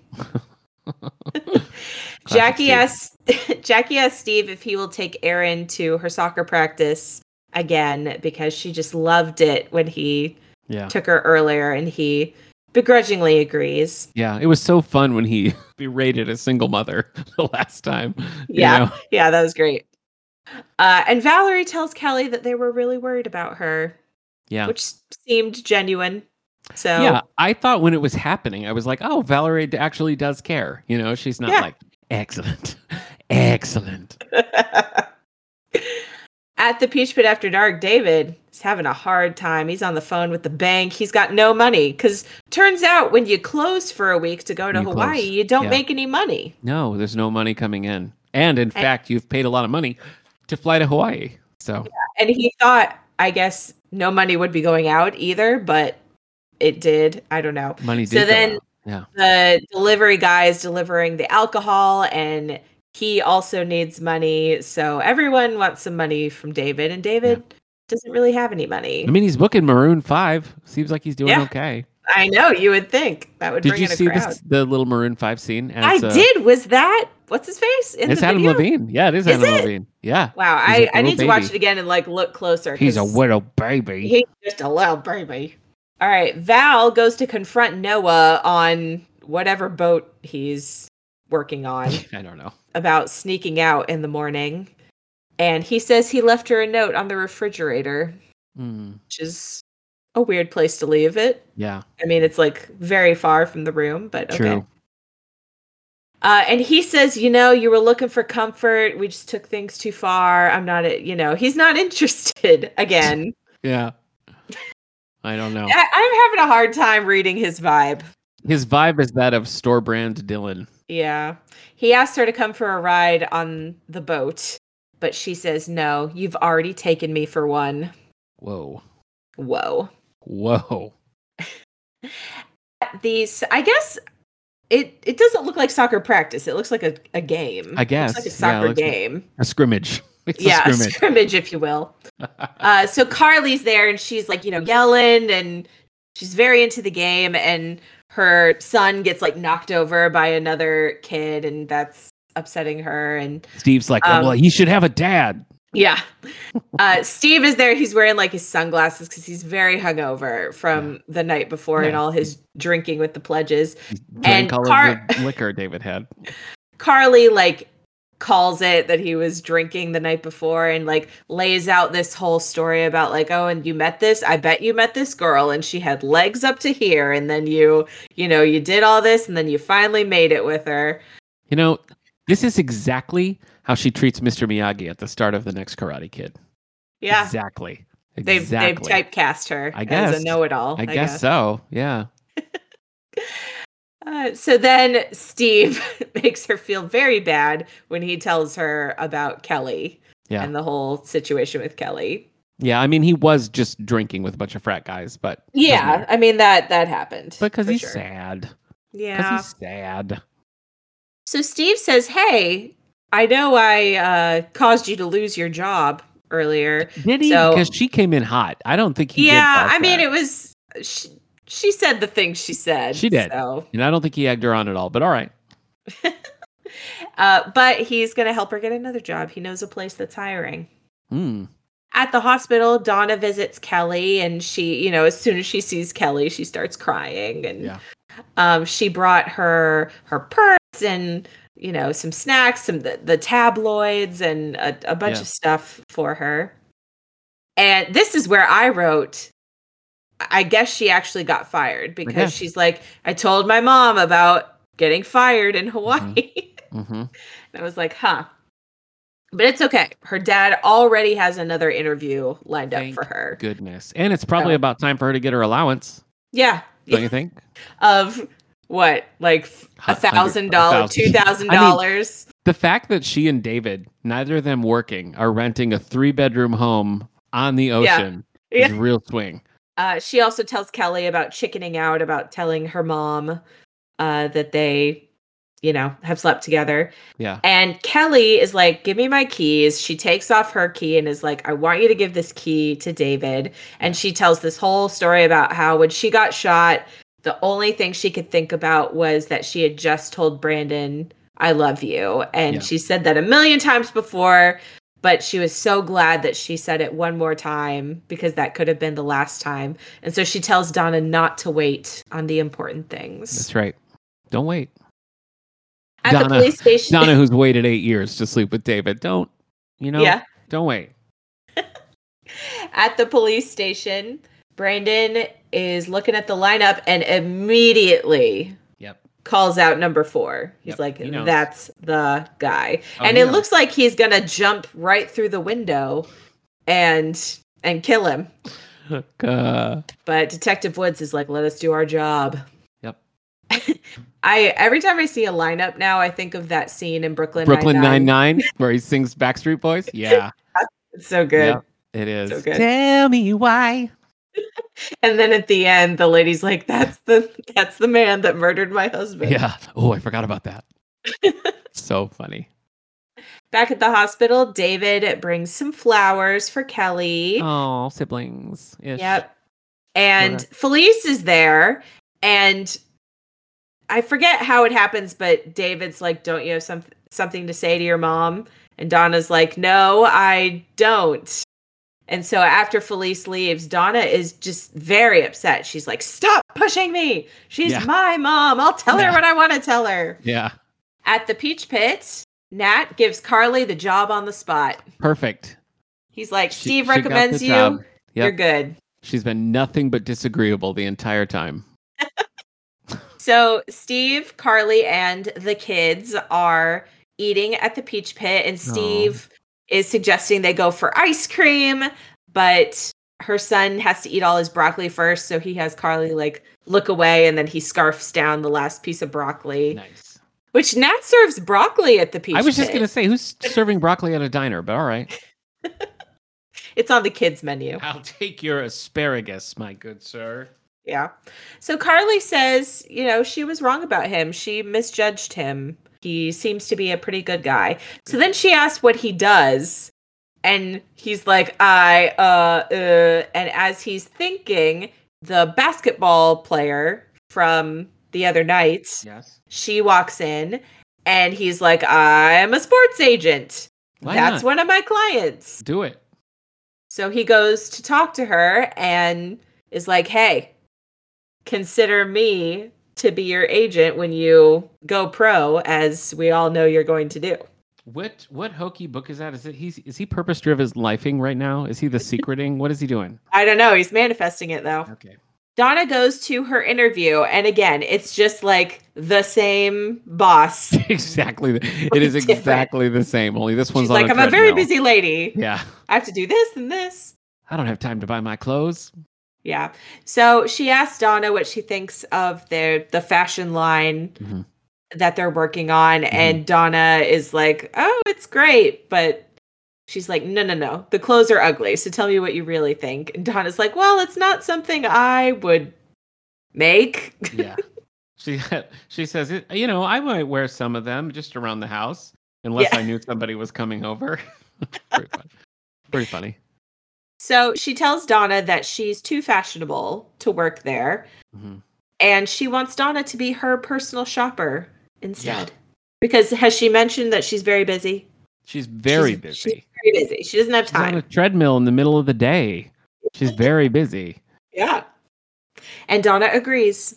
Speaker 2: Jackie
Speaker 1: Steve.
Speaker 2: asks Jackie asks Steve if he will take Erin to her soccer practice again because she just loved it when he
Speaker 1: yeah.
Speaker 2: took her earlier, and he begrudgingly agrees.
Speaker 1: Yeah. It was so fun when he berated a single mother the last time. you
Speaker 2: Yeah.
Speaker 1: know?
Speaker 2: Yeah, that was great. Uh, and Valerie tells Kelly that they were really worried about her.
Speaker 1: Yeah.
Speaker 2: which seemed genuine. So
Speaker 1: Yeah. I thought when it was happening, I was like, oh, Valerie d- actually does care. You know, she's not
Speaker 2: Yeah.
Speaker 1: like, excellent. excellent.
Speaker 2: at the Peach Pit After Dark, David is having a hard time. He's on the phone with the bank. He's got no money because turns out when you close for a week to go to
Speaker 1: You
Speaker 2: Hawaii,
Speaker 1: close.
Speaker 2: you don't
Speaker 1: Yeah.
Speaker 2: make any money.
Speaker 1: No, there's no money coming in. And in fact, you've paid a lot of money to fly to Hawaii. So,
Speaker 2: And he thought, I guess, no money would be going out either, but it did. I don't know.
Speaker 1: money did
Speaker 2: So
Speaker 1: go
Speaker 2: then-
Speaker 1: out. Yeah.
Speaker 2: the delivery guy is delivering the alcohol and he also needs money so everyone wants some money from david and david doesn't really have any money
Speaker 1: I mean, he's booking Maroon Five. Seems like he's doing
Speaker 2: Yeah.
Speaker 1: okay.
Speaker 2: i know you would think that would
Speaker 1: Did
Speaker 2: bring
Speaker 1: you
Speaker 2: in a
Speaker 1: see
Speaker 2: crowd
Speaker 1: this, the little Maroon Five scene?
Speaker 2: i
Speaker 1: as, uh,
Speaker 2: did was that what's his face in
Speaker 1: It's
Speaker 2: the
Speaker 1: Adam
Speaker 2: video
Speaker 1: Levine. Yeah, it is,
Speaker 2: Is
Speaker 1: Adam
Speaker 2: it?
Speaker 1: Levine. Yeah,
Speaker 2: wow
Speaker 1: He's
Speaker 2: i
Speaker 1: a
Speaker 2: i need
Speaker 1: little
Speaker 2: to watch
Speaker 1: baby.
Speaker 2: it again and like look closer
Speaker 1: he's a
Speaker 2: 'cause
Speaker 1: widow baby.
Speaker 2: he's just a little baby all right val goes to confront noah on whatever boat he's working on
Speaker 1: I don't know.
Speaker 2: about sneaking out in the morning. And he says he left her a note on the refrigerator,
Speaker 1: Hmm,
Speaker 2: which is a weird place to leave it.
Speaker 1: yeah,
Speaker 2: I mean, it's like very far from the room, but okay.
Speaker 1: true.
Speaker 2: Uh, and he says, you know, you were looking for comfort. We just took things too far. I'm not, a, you know, he's not interested again.
Speaker 1: Yeah, I don't know.
Speaker 2: I, I'm having a hard time reading his vibe.
Speaker 1: His vibe is that of store brand Dylan.
Speaker 2: Yeah. He asked her to come for a ride on the boat, but she says, no, you've already taken me for one.
Speaker 1: Whoa,
Speaker 2: Whoa.
Speaker 1: whoa.
Speaker 2: these i guess it it doesn't look like soccer practice it looks like a, a game
Speaker 1: I
Speaker 2: It looks like a
Speaker 1: guess, yeah, it
Speaker 2: soccer
Speaker 1: looks like-
Speaker 2: game
Speaker 1: A scrimmage. It's
Speaker 2: yeah
Speaker 1: a
Speaker 2: a
Speaker 1: scrimmage.
Speaker 2: scrimmage if you will uh so carly's there and she's like you know yelling and she's very into the game and her son gets like knocked over by another kid and that's upsetting her and
Speaker 1: Steve's like,
Speaker 2: Um,
Speaker 1: well, he should have a dad.
Speaker 2: yeah. Uh, Steve is there. He's wearing like his sunglasses because he's very hungover from the night before and
Speaker 1: Yeah.
Speaker 2: all his drinking with the pledges.
Speaker 1: Drink
Speaker 2: and
Speaker 1: all
Speaker 2: Car-
Speaker 1: of the liquor David had.
Speaker 2: Carly like calls it that he was drinking the night before and like lays out this whole story about like oh and you met this I bet you met this girl and she had legs up to here and then you you know you did all this and then you finally made it with her.
Speaker 1: You know, this is exactly how she treats Mr. Miyagi at the start of the next Karate Kid.
Speaker 2: Yeah.
Speaker 1: Exactly.
Speaker 2: They've
Speaker 1: exactly.
Speaker 2: they've typecast her
Speaker 1: I
Speaker 2: as
Speaker 1: guess.
Speaker 2: a know-it-all.
Speaker 1: I, guess, so. Yeah.
Speaker 2: Uh, so then Steve makes her feel very bad when he tells her about Kelly
Speaker 1: Yeah.
Speaker 2: and the whole situation with Kelly.
Speaker 1: Yeah, I mean, he was just drinking with a bunch of frat guys, but doesn't
Speaker 2: Yeah,
Speaker 1: matter.
Speaker 2: I mean that that happened.
Speaker 1: because
Speaker 2: for
Speaker 1: he's
Speaker 2: sure.
Speaker 1: sad. Because
Speaker 2: Yeah.
Speaker 1: he's sad.
Speaker 2: So Steve says, "Hey, I know I uh, caused you to lose your job earlier.
Speaker 1: Did he?
Speaker 2: So-
Speaker 1: because she came in hot. I don't think he. did
Speaker 2: yeah,
Speaker 1: cause
Speaker 2: I mean
Speaker 1: that.
Speaker 2: it was she, she said the things she said.
Speaker 1: She did.
Speaker 2: So,
Speaker 1: and I don't think he egged her on at all. But all right.
Speaker 2: uh, but he's gonna help her get another job. He knows a place that's hiring."
Speaker 1: Hmm.
Speaker 2: At the hospital, Donna visits Kelly, and she, you know, as soon as she sees Kelly, she starts crying, and
Speaker 1: Yeah.
Speaker 2: um, she brought her her purse and you know some snacks, some the, the tabloids, and a, a bunch
Speaker 1: Yeah.
Speaker 2: of stuff for her. And this is where I wrote. I guess she actually got fired because
Speaker 1: guess.
Speaker 2: she's like, I told my mom about getting fired in Hawaii.
Speaker 1: Mm-hmm.
Speaker 2: And I was like, huh. But it's okay. Her dad already has another interview lined
Speaker 1: Thank
Speaker 2: up for her.
Speaker 1: Goodness. And it's probably
Speaker 2: Oh.
Speaker 1: about time for her to get her allowance.
Speaker 2: Yeah.
Speaker 1: Don't you think?
Speaker 2: Of what? Like f- a
Speaker 1: Hu-
Speaker 2: thousand
Speaker 1: hundred-
Speaker 2: dollars, two
Speaker 1: thousand.
Speaker 2: thousand
Speaker 1: I mean-
Speaker 2: dollars.
Speaker 1: the fact that she and David, neither of them working, are renting a three bedroom home on the ocean
Speaker 2: Yeah.
Speaker 1: is real swing.
Speaker 2: Uh, she also tells Kelly about chickening out, about telling her mom uh, that they, you know, have slept together.
Speaker 1: Yeah.
Speaker 2: And Kelly is like, Give me my keys. She takes off her key and is like, I want you to give this key to David. And she tells this whole story about how when she got shot, the only thing she could think about was that she had just told Brandon, I love you. And
Speaker 1: Yeah.
Speaker 2: she said that a million times before, but she was so glad that she said it one more time because that could have been the last time. And so she tells Donna not to wait on the important things.
Speaker 1: That's right. Don't wait.
Speaker 2: At the
Speaker 1: Donna-
Speaker 2: police station.
Speaker 1: Donna, who's waited eight years to sleep with David, don't, you know,
Speaker 2: Yeah.
Speaker 1: don't wait.
Speaker 2: at the police station. Brandon is looking at the lineup and immediately
Speaker 1: Yep.
Speaker 2: calls out number four. He's
Speaker 1: Yep,
Speaker 2: like,
Speaker 1: he knows.
Speaker 2: that's the guy.
Speaker 1: Oh,
Speaker 2: and
Speaker 1: he
Speaker 2: it
Speaker 1: knows.
Speaker 2: looks like he's gonna jump right through the window and and kill him.
Speaker 1: Uh,
Speaker 2: But Detective Woods is like, let us do our job.
Speaker 1: Yep.
Speaker 2: I every time I see a lineup now, I think of that scene in Brooklyn.
Speaker 1: Brooklyn Nine
Speaker 2: Nine-Nine.
Speaker 1: Nine, where he sings Backstreet Boys. Yeah,
Speaker 2: It's so good.
Speaker 1: Yep, it is.
Speaker 2: So good.
Speaker 1: Tell me why.
Speaker 2: And then at the end, the lady's like, "That's the that's the man that murdered my husband."
Speaker 1: Yeah. Oh, I forgot about that. so funny.
Speaker 2: Back at the hospital, David brings some flowers for Kelly.
Speaker 1: Oh, siblings.
Speaker 2: Yep. And
Speaker 1: Okay.
Speaker 2: Felice is there. And I forget how it happens, but David's like, Don't you have some- something to say to your mom? And Donna's like, No, I don't. And so after Felice leaves, Donna is just very upset. She's like, Stop pushing me. She's
Speaker 1: Yeah.
Speaker 2: my mom. I'll tell
Speaker 1: Yeah.
Speaker 2: her what I want to tell her.
Speaker 1: Yeah.
Speaker 2: At the Peach Pit, Nat gives Carly the job on the spot.
Speaker 1: Perfect.
Speaker 2: He's like,
Speaker 1: She-
Speaker 2: Steve
Speaker 1: she got the
Speaker 2: recommends you.
Speaker 1: job. Yep.
Speaker 2: You're good.
Speaker 1: She's been nothing but disagreeable the entire time.
Speaker 2: So Steve, Carly, and the kids are eating at the Peach Pit, and Steve is suggesting they go for ice cream, but her son has to eat all his broccoli first, so he has Carly like look away, and then he scarfs down the last piece of broccoli,
Speaker 1: Nice.
Speaker 2: which Nat serves broccoli at the Peach.
Speaker 1: I was just
Speaker 2: Pit.
Speaker 1: going to say, who's serving broccoli at a diner? But all right.
Speaker 2: It's on the kids menu.
Speaker 1: I'll take your asparagus, my good sir.
Speaker 2: Yeah. So Carly says, you know, she was wrong about him. She misjudged him. He seems to be a pretty good guy. So then she asks what he does. And he's like, I, uh, uh, and as he's thinking, the basketball player from the other night,
Speaker 1: Yes.
Speaker 2: she walks in and he's like, I'm a sports agent.
Speaker 1: Why
Speaker 2: That's
Speaker 1: That's not?
Speaker 2: one of my clients.
Speaker 1: Do it.
Speaker 2: So he goes to talk to her and is like, "Hey, consider me to be your agent when you go pro, as we all know you're going to do."
Speaker 1: What what hokey book is that? Is it he's is he purpose driven lifing right now? Is he the secreting? what is he doing?
Speaker 2: I don't know. He's manifesting it though.
Speaker 1: Okay.
Speaker 2: Donna goes to her interview, and again, it's just like the same boss.
Speaker 1: exactly. the- It is
Speaker 2: Different.
Speaker 1: exactly the same. Only this one's
Speaker 2: She's
Speaker 1: on
Speaker 2: like,
Speaker 1: a
Speaker 2: "I'm a very
Speaker 1: treadmill."
Speaker 2: busy lady.
Speaker 1: Yeah.
Speaker 2: I have to do this and this."
Speaker 1: I don't have time to buy my clothes.
Speaker 2: Yeah. So she asked Donna what she thinks of their the fashion line
Speaker 1: Mhm.
Speaker 2: that they're working on,
Speaker 1: Mm-hmm.
Speaker 2: and Donna is like, "Oh, it's great," but she's like, "No, no, no. The clothes are ugly. So tell me what you really think." And Donna's like, "Well, it's not something I would make."
Speaker 1: yeah. She she says, "It- you know, I might wear some of them just around the house, unless
Speaker 2: Yeah.
Speaker 1: I knew somebody was coming over. Pretty fun. Pretty funny.
Speaker 2: So she tells Donna that she's too fashionable to work there,
Speaker 1: Mhm.
Speaker 2: and she wants Donna to be her personal shopper instead. Because has she mentioned that she's very busy?
Speaker 1: She's very
Speaker 2: She's-
Speaker 1: busy.
Speaker 2: She's very busy. She doesn't have
Speaker 1: She's on
Speaker 2: time.
Speaker 1: a treadmill in the middle of the day. She's very busy.
Speaker 2: yeah. And Donna agrees.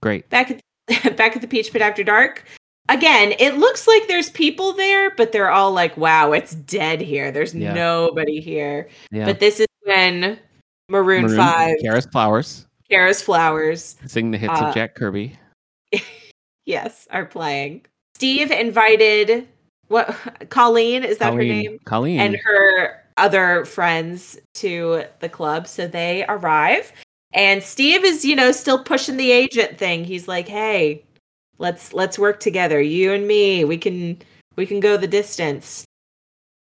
Speaker 1: Great.
Speaker 2: Back at back at the Peach Pit after dark. Again, it looks like there's people there, but they're all like, "Wow, it's dead here. There's
Speaker 1: Yeah.
Speaker 2: nobody here."
Speaker 1: Yeah.
Speaker 2: But this is when Maroon,
Speaker 1: Maroon,
Speaker 2: Five,
Speaker 1: Karis Flowers
Speaker 2: Kara's Flowers,
Speaker 1: sing the hits
Speaker 2: Uh,
Speaker 1: of Jack Kirby.
Speaker 2: yes, are playing. Steve invited what? Colleen is that
Speaker 1: Colleen,
Speaker 2: her name?
Speaker 1: Colleen.
Speaker 2: and her other friends to the club. So they arrive. And Steve is, you know, still pushing the agent thing. He's like, "Hey, let's let's work together. You and me, we can we can go the distance."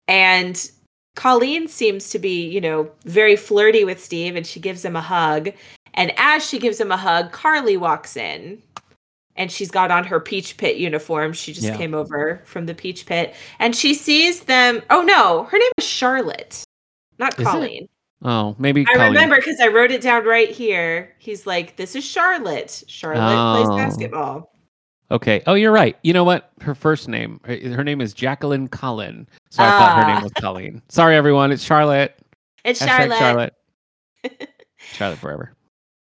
Speaker 2: And Colleen seems to be, you know, very flirty with Steve and she gives him a hug. And as she gives him a hug, Carly walks in. And she's got on her peach pit uniform. She just
Speaker 1: Yeah.
Speaker 2: came over from the peach pit and she sees them. Oh no, her name is Charlotte, not
Speaker 1: Is it?
Speaker 2: Colleen.
Speaker 1: oh, maybe
Speaker 2: I
Speaker 1: Colleen.
Speaker 2: remember because I wrote it down right here. He's like, "This is Charlotte. Charlotte
Speaker 1: Oh.
Speaker 2: plays basketball."
Speaker 1: Okay. Oh, you're right. You know what? Her first name. Her, her name is Jacqueline Collin. So I thought her
Speaker 2: Ah.
Speaker 1: name was Colleen. Sorry, everyone. It's Charlotte.
Speaker 2: It's
Speaker 1: Hashtag
Speaker 2: Charlotte.
Speaker 1: Charlotte. Charlotte forever.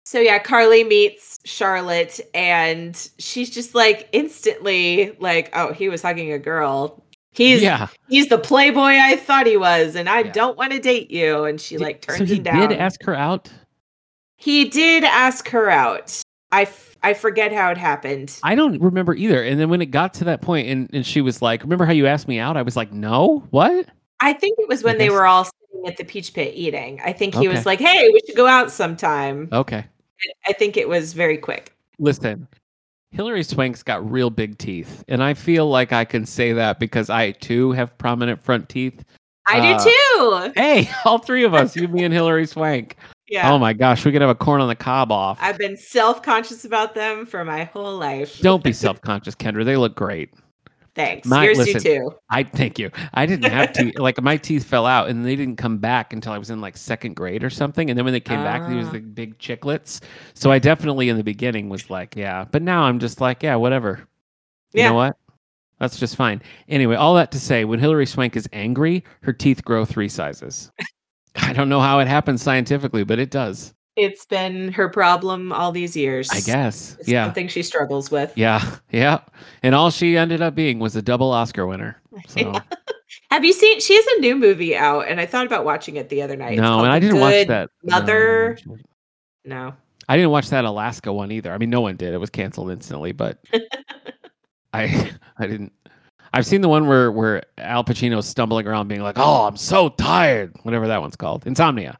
Speaker 2: So yeah, Carly meets Charlotte, and she's just like instantly like, "Oh, he was hugging a girl. He's
Speaker 1: yeah.
Speaker 2: he's the playboy I thought he was, and I
Speaker 1: Yeah.
Speaker 2: don't want to date you." And she
Speaker 1: Did-
Speaker 2: like
Speaker 1: so
Speaker 2: turns
Speaker 1: he
Speaker 2: him down.
Speaker 1: did ask her out.
Speaker 2: he did ask her out. I f- I forget how it happened.
Speaker 1: I don't remember either. And then when it got to that point, and, and she was like, "Remember how you asked me out?" I was like, "No, what?"
Speaker 2: I think it was when they
Speaker 1: guess-
Speaker 2: were all sitting at the peach pit eating. I think he
Speaker 1: Okay. Uh,
Speaker 2: was like, "Hey, we should go out sometime."
Speaker 1: Okay.
Speaker 2: I think it was very quick.
Speaker 1: Listen, Hillary Swank's got real big teeth, and I feel like I can say that because I too have prominent front teeth.
Speaker 2: I
Speaker 1: Uh,
Speaker 2: do too.
Speaker 1: Hey, all three of us, you, me, and Hillary Swank.
Speaker 2: Yeah,
Speaker 1: Oh my gosh, we could have a corn on the cob off.
Speaker 2: I've been self-conscious about them for my whole life.
Speaker 1: Don't be self-conscious, Kendra. They look great.
Speaker 2: Thanks.
Speaker 1: My-
Speaker 2: Yours
Speaker 1: listen.
Speaker 2: do too.
Speaker 1: I thank you. I didn't have teeth. Like my teeth fell out, and they didn't come back until I was in like second grade or something. And then when they came back, they was
Speaker 2: Ah.
Speaker 1: the big chiclets. So I definitely in the beginning was like, yeah. But now I'm just like, yeah, whatever. You
Speaker 2: Yeah.
Speaker 1: know what? That's just fine. Anyway, all that to say, when Hillary Swank is angry, her teeth grow three sizes. I don't know how it happens scientifically, but it does.
Speaker 2: It's been her problem all these years.
Speaker 1: I guess.
Speaker 2: It's
Speaker 1: Yeah.
Speaker 2: Something she struggles with.
Speaker 1: Yeah. Yeah. And all she ended up being was a double Oscar winner. So.
Speaker 2: Yeah. Have you seen? She has a new movie out, and I thought about watching it the other night. It's
Speaker 1: No,
Speaker 2: called
Speaker 1: and
Speaker 2: The
Speaker 1: I didn't watch
Speaker 2: Good-
Speaker 1: that. No,
Speaker 2: Mother.
Speaker 1: no, no.
Speaker 2: No.
Speaker 1: I didn't watch that Alaska one either. I mean, no one did. It was canceled instantly, but I I didn't. I've seen the one where where Al Pacino's stumbling around being like, "Oh, I'm so tired." Whatever that one's called. Insomnia.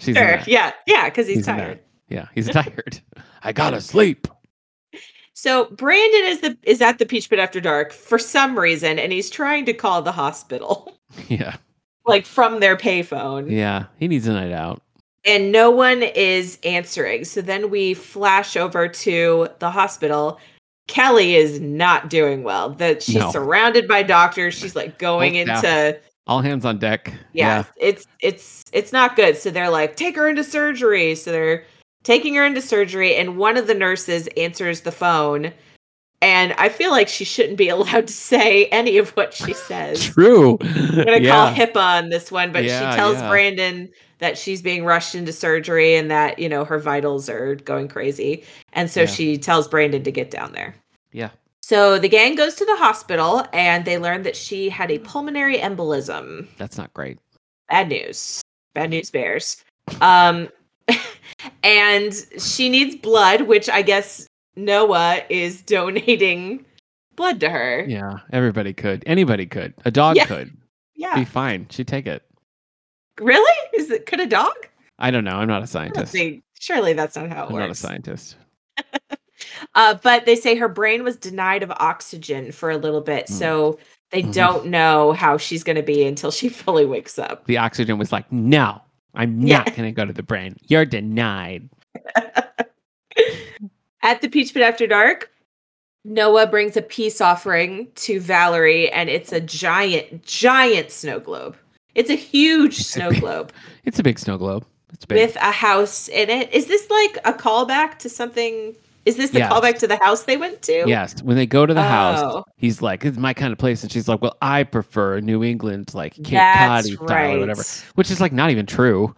Speaker 1: She's in
Speaker 2: Sure.
Speaker 1: that.
Speaker 2: Yeah. Yeah. Because he's,
Speaker 1: He's in that.
Speaker 2: tired.
Speaker 1: Yeah, he's tired. I got to sleep.
Speaker 2: So Brandon is the is at the Peach Pit after dark for some reason, and he's trying to call the hospital,
Speaker 1: Yeah.
Speaker 2: like from their payphone,
Speaker 1: Yeah, he needs a night out.
Speaker 2: and no one is answering. So then we flash over to the hospital. Kelly is not doing well. That she's
Speaker 1: No.
Speaker 2: surrounded by doctors. She's like going
Speaker 1: Well, yeah.
Speaker 2: into
Speaker 1: All hands on deck.
Speaker 2: yeah, it's it's it's not good so they're like take her into surgery so they're taking her into surgery and one of the nurses answers the phone and i feel like she shouldn't be allowed to say any of what she says
Speaker 1: True.
Speaker 2: i'm gonna
Speaker 1: yeah.
Speaker 2: call hipaa on this one but
Speaker 1: Yeah,
Speaker 2: she tells
Speaker 1: yeah.
Speaker 2: brandon that she's being rushed into surgery and that you know her vitals are going crazy and so
Speaker 1: Yeah.
Speaker 2: she tells brandon to get down there
Speaker 1: Yeah.
Speaker 2: so the gang goes to the hospital and they learn that she had a pulmonary embolism
Speaker 1: That's not great.
Speaker 2: bad news bad news bears um and she needs blood which i guess noah is donating blood to her yeah
Speaker 1: Yeah, everybody could. Anybody could. A dog
Speaker 2: Yeah.
Speaker 1: could. Be fine. She'd take it.
Speaker 2: really is it could a dog
Speaker 1: I don't know. I'm not a
Speaker 2: I don't
Speaker 1: scientist.
Speaker 2: think- surely that's not how it
Speaker 1: I'm not a
Speaker 2: works.
Speaker 1: scientist.
Speaker 2: Uh, but they say her brain was denied of oxygen for a little bit,
Speaker 1: Mm.
Speaker 2: so they
Speaker 1: Mhm.
Speaker 2: don't know how she's going to be until she fully wakes up.
Speaker 1: The oxygen was like, no, I'm
Speaker 2: Yeah.
Speaker 1: not going to go to the brain. You're denied.
Speaker 2: At the Peach Pit After Dark, Noah brings a peace offering to Valerie, and it's a giant, giant snow globe. It's a huge snow globe
Speaker 1: It's a big snow globe. It's big.
Speaker 2: with a house in it. Is this like a callback to something? Is this the
Speaker 1: Yes.
Speaker 2: callback to the house they went to?
Speaker 1: Yes, when they go to the
Speaker 2: Oh.
Speaker 1: house, he's like, "It's my kind of place," and she's like, "Well, I prefer New England, like Cape Cod
Speaker 2: that's
Speaker 1: style
Speaker 2: right.
Speaker 1: or whatever," which is like not even true.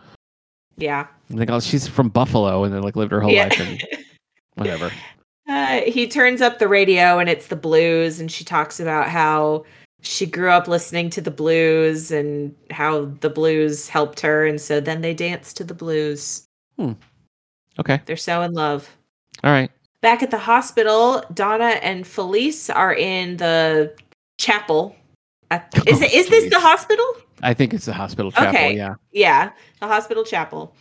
Speaker 2: Yeah.
Speaker 1: And Like, oh, she's from Buffalo, and then like lived her whole
Speaker 2: Yeah.
Speaker 1: life in whatever.
Speaker 2: Uh, he turns up the radio and it's the blues, and she talks about how she grew up listening to the blues and how the blues helped her, and so then they dance to the blues.
Speaker 1: Okay,
Speaker 2: They're so in love.
Speaker 1: all right.
Speaker 2: Back at the hospital, Donna and Felice are in the chapel. At, is it, is this the
Speaker 1: Felice.
Speaker 2: hospital?
Speaker 1: I think it's the hospital chapel.
Speaker 2: Okay.
Speaker 1: Yeah.
Speaker 2: Yeah, the hospital chapel.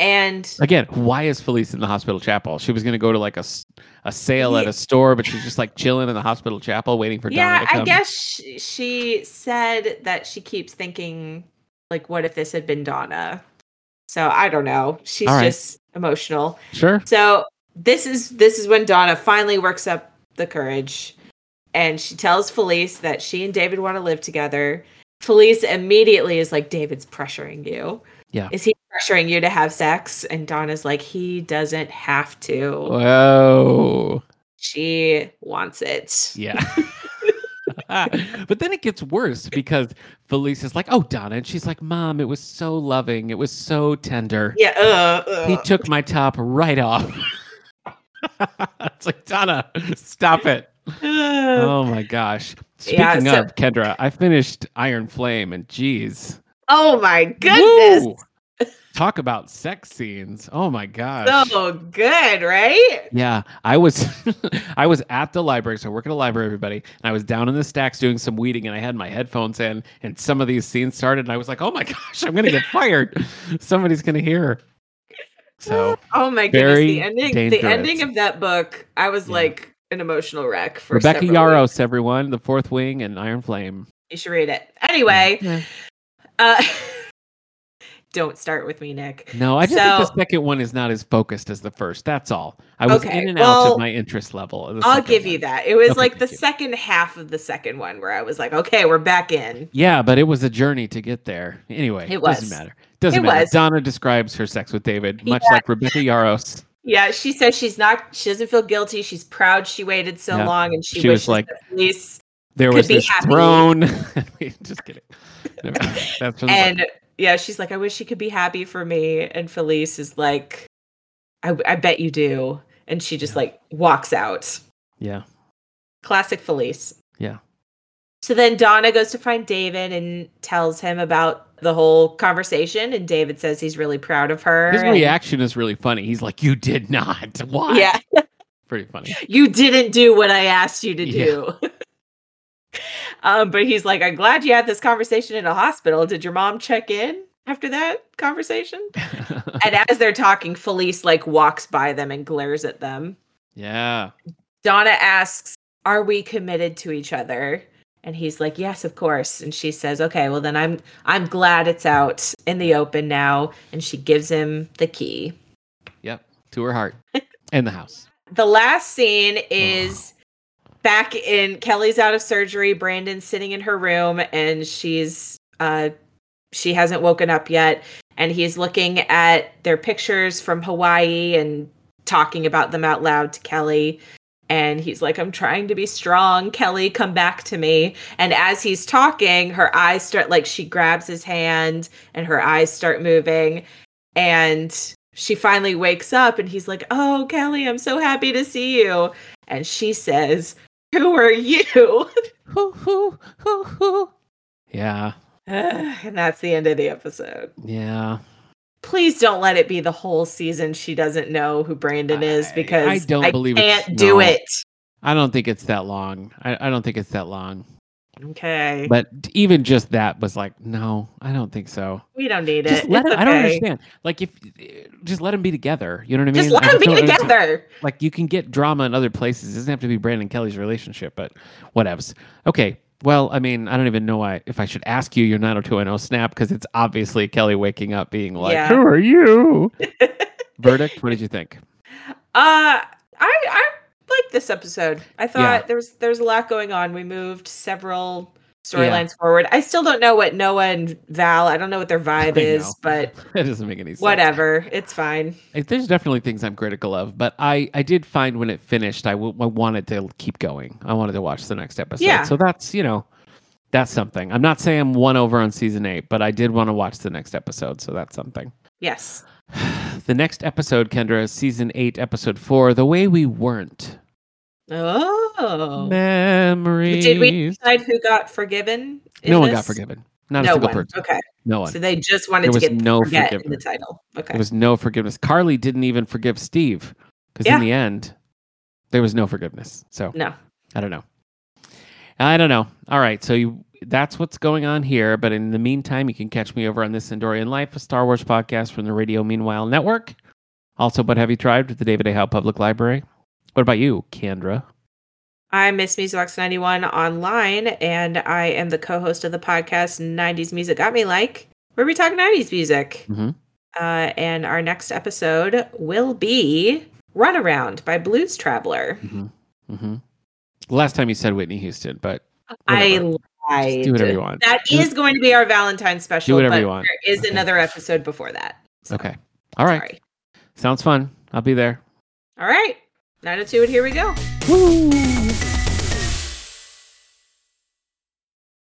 Speaker 2: And
Speaker 1: Again, why is Felice in the hospital chapel? She was gonna go to like a s- a sale at
Speaker 2: Ye-
Speaker 1: a store, but she's just like chilling in the hospital chapel, waiting for Donna
Speaker 2: yeah,
Speaker 1: to come.
Speaker 2: I guess she, she said that she keeps thinking, like, what if this had been Donna? So I don't know. She's
Speaker 1: All right.
Speaker 2: just emotional.
Speaker 1: Sure.
Speaker 2: So this is this is when Donna finally works up the courage, and she tells Felice that she and David want to live together. Felice immediately is like, "David's pressuring you.
Speaker 1: Yeah.
Speaker 2: is he pressuring you to have sex?" And Donna's like, "He doesn't have to.
Speaker 1: Whoa.
Speaker 2: She wants it."
Speaker 1: Yeah. but then it gets worse because Felice is like, oh, Donna. And she's like, Mom, it was so loving. It was so tender.
Speaker 2: Yeah. uh, uh.
Speaker 1: He took my top right off. it's like, Donna, stop it.
Speaker 2: Uh.
Speaker 1: Oh my gosh. Speaking
Speaker 2: Yeah, so-
Speaker 1: of Kendra, I finished Iron Flame and geez.
Speaker 2: Oh my goodness.
Speaker 1: Woo! Talk about sex scenes. Oh my gosh.
Speaker 2: So good, right?
Speaker 1: Yeah, I was I was at the library, so I work at a library, everybody, and I was down in the stacks doing some weeding, and I had my headphones in, and some of these scenes started, and I was like, "Oh my gosh, I'm gonna get fired! Somebody's gonna hear." So
Speaker 2: Oh my goodness.
Speaker 1: Very
Speaker 2: The ending the
Speaker 1: dangerous.
Speaker 2: ending of that book, I was
Speaker 1: Yeah.
Speaker 2: like an emotional wreck for
Speaker 1: Rebecca
Speaker 2: several
Speaker 1: Yaros,
Speaker 2: weeks.
Speaker 1: everyone, The Fourth Wing and Iron Flame.
Speaker 2: You should read it. Anyway,
Speaker 1: Yeah.
Speaker 2: uh don't start with me, Nick.
Speaker 1: No, I just think
Speaker 2: So-
Speaker 1: the second one is not as focused as the first. That's all. I was
Speaker 2: Okay,
Speaker 1: in and out
Speaker 2: well,
Speaker 1: of my interest level. of the
Speaker 2: I'll
Speaker 1: second
Speaker 2: give you
Speaker 1: one.
Speaker 2: that. It was
Speaker 1: Okay,
Speaker 2: like the
Speaker 1: thank you.
Speaker 2: second half of the second one where I was like, okay, we're back in.
Speaker 1: Yeah, but it was a journey to get there. Anyway,
Speaker 2: It was.
Speaker 1: doesn't matter. Doesn't
Speaker 2: It
Speaker 1: matter.
Speaker 2: was.
Speaker 1: Donna describes her sex with David, much like Rebecca Yaros.
Speaker 2: Yeah, she says she's not she doesn't feel guilty. She's proud she waited so
Speaker 1: Yeah.
Speaker 2: long and she,
Speaker 1: She was
Speaker 2: wishes
Speaker 1: like-
Speaker 2: the police
Speaker 1: there
Speaker 2: could
Speaker 1: was
Speaker 2: be
Speaker 1: this
Speaker 2: happy.
Speaker 1: throne. Just kidding. Never mind. That's from the book.
Speaker 2: and yeah, she's like, I wish she could be happy for me. And Felice is like, I, I bet you do. And she just
Speaker 1: Yeah.
Speaker 2: like walks out.
Speaker 1: yeah,
Speaker 2: Classic Felice.
Speaker 1: Yeah.
Speaker 2: So then Donna goes to find David and tells him about the whole conversation. And David says he's really proud of her.
Speaker 1: his
Speaker 2: and-
Speaker 1: reaction is really funny. He's like, "You did not. Why?"
Speaker 2: Yeah.
Speaker 1: pretty funny.
Speaker 2: You didn't do what I asked you to
Speaker 1: Yeah.
Speaker 2: do. um, but he's like, I'm glad you had this conversation in a hospital. Did your mom check in after that conversation? and as they're talking, Felice like walks by them and glares at them.
Speaker 1: yeah,
Speaker 2: Donna asks, "Are we committed to each other?" And he's like, "Yes, of course." And she says, "Okay, well then I'm I'm glad it's out in the open now." And she gives him the key.
Speaker 1: yep. To her heart and the house.
Speaker 2: The last scene is back in Kelly's out of surgery, Brandon's sitting in her room and she's uh she hasn't woken up yet and he's looking at their pictures from Hawaii and talking about them out loud to Kelly and he's like I'm trying to be strong, Kelly, come back to me. And as he's talking, her eyes start like she grabs his hand and her eyes start moving and she finally wakes up and he's like, "Oh, Kelly, I'm so happy to see you." And she says, Who are you?
Speaker 1: Hoo hoo hoo hoo. Yeah,
Speaker 2: and that's the end of the episode.
Speaker 1: yeah.
Speaker 2: Please don't let it be the whole season she doesn't know who Brandon is
Speaker 1: I-
Speaker 2: because
Speaker 1: I don't believe it's-
Speaker 2: can't do
Speaker 1: no.
Speaker 2: it.
Speaker 1: I don't think it's that long. I, I don't think it's that long.
Speaker 2: Okay.
Speaker 1: But even just that was like, no, I don't think so.
Speaker 2: we don't need
Speaker 1: Just
Speaker 2: it.
Speaker 1: let
Speaker 2: It's
Speaker 1: it- I don't
Speaker 2: okay.
Speaker 1: understand. Like if eh, just let them be together. You know what I mean?
Speaker 2: Just let
Speaker 1: I
Speaker 2: them be
Speaker 1: don't understand-
Speaker 2: together.
Speaker 1: Like you can get drama in other places. It doesn't have to be Brandon Kelly's relationship, but whatevs. Okay. Well, I mean, I don't even know why if I should ask you your 90210 snap because it's obviously Kelly waking up being like,
Speaker 2: Yeah.
Speaker 1: "Who are you?" Verdict, what did you think?
Speaker 2: Uh, I I liked this episode. I thought
Speaker 1: Yeah.
Speaker 2: there was there's a lot going on. We moved several storylines forward. I still don't know what Noah and Val. I don't know what their vibe
Speaker 1: I
Speaker 2: is,
Speaker 1: know.
Speaker 2: but
Speaker 1: That doesn't make any sense.
Speaker 2: whatever. It's fine.
Speaker 1: Like, There's definitely things I'm critical of, but I I did find when it finished, I, w- I wanted to keep going. I wanted to watch the next episode.
Speaker 2: Yeah.
Speaker 1: So that's you know, that's something. I'm not saying I'm one over on season eight, but I did want to watch the next episode, so that's something.
Speaker 2: Yes.
Speaker 1: The next episode, Kendra, is season eight, episode four, the way we weren't.
Speaker 2: Oh.
Speaker 1: Memories.
Speaker 2: Did we decide who got forgiven? in
Speaker 1: no one got
Speaker 2: this?
Speaker 1: forgiven. Not a
Speaker 2: no
Speaker 1: single
Speaker 2: one.
Speaker 1: person.
Speaker 2: Okay.
Speaker 1: No one.
Speaker 2: So they just
Speaker 1: There
Speaker 2: wanted to
Speaker 1: was
Speaker 2: get
Speaker 1: no
Speaker 2: forget in the
Speaker 1: forgiveness.
Speaker 2: title. Okay.
Speaker 1: There was no forgiveness. Carly didn't even forgive Steve because
Speaker 2: Yeah.
Speaker 1: in the end, there was no forgiveness. So
Speaker 2: no.
Speaker 1: I don't know. I don't know. All right, so you, that's what's going on here. But in the meantime, you can catch me over on this Endorian Life, a Star Wars podcast from the Radio Meanwhile Network. Also, but have you tried with the David A. Howe Public Library? What about you, Kendra?
Speaker 2: I'm Miss MusicBox91 online, and I am the co-host of the podcast 90s Music Got Me Like, where we talk 90s music.
Speaker 1: Mhm.
Speaker 2: Uh, and our next episode will be Runaround by Blues Traveler.
Speaker 1: Mm-hmm. Last time you said Whitney Houston, but whatever.
Speaker 2: I lied.
Speaker 1: Just do whatever you want.
Speaker 2: That
Speaker 1: Do-
Speaker 2: is going to be our Valentine's special,
Speaker 1: do whatever
Speaker 2: but
Speaker 1: you want.
Speaker 2: there is
Speaker 1: Okay.
Speaker 2: another episode before that. So,
Speaker 1: Okay. All right.
Speaker 2: Sorry.
Speaker 1: Sounds fun. I'll be there.
Speaker 2: oh All right. 902, and here we go.
Speaker 1: Woo!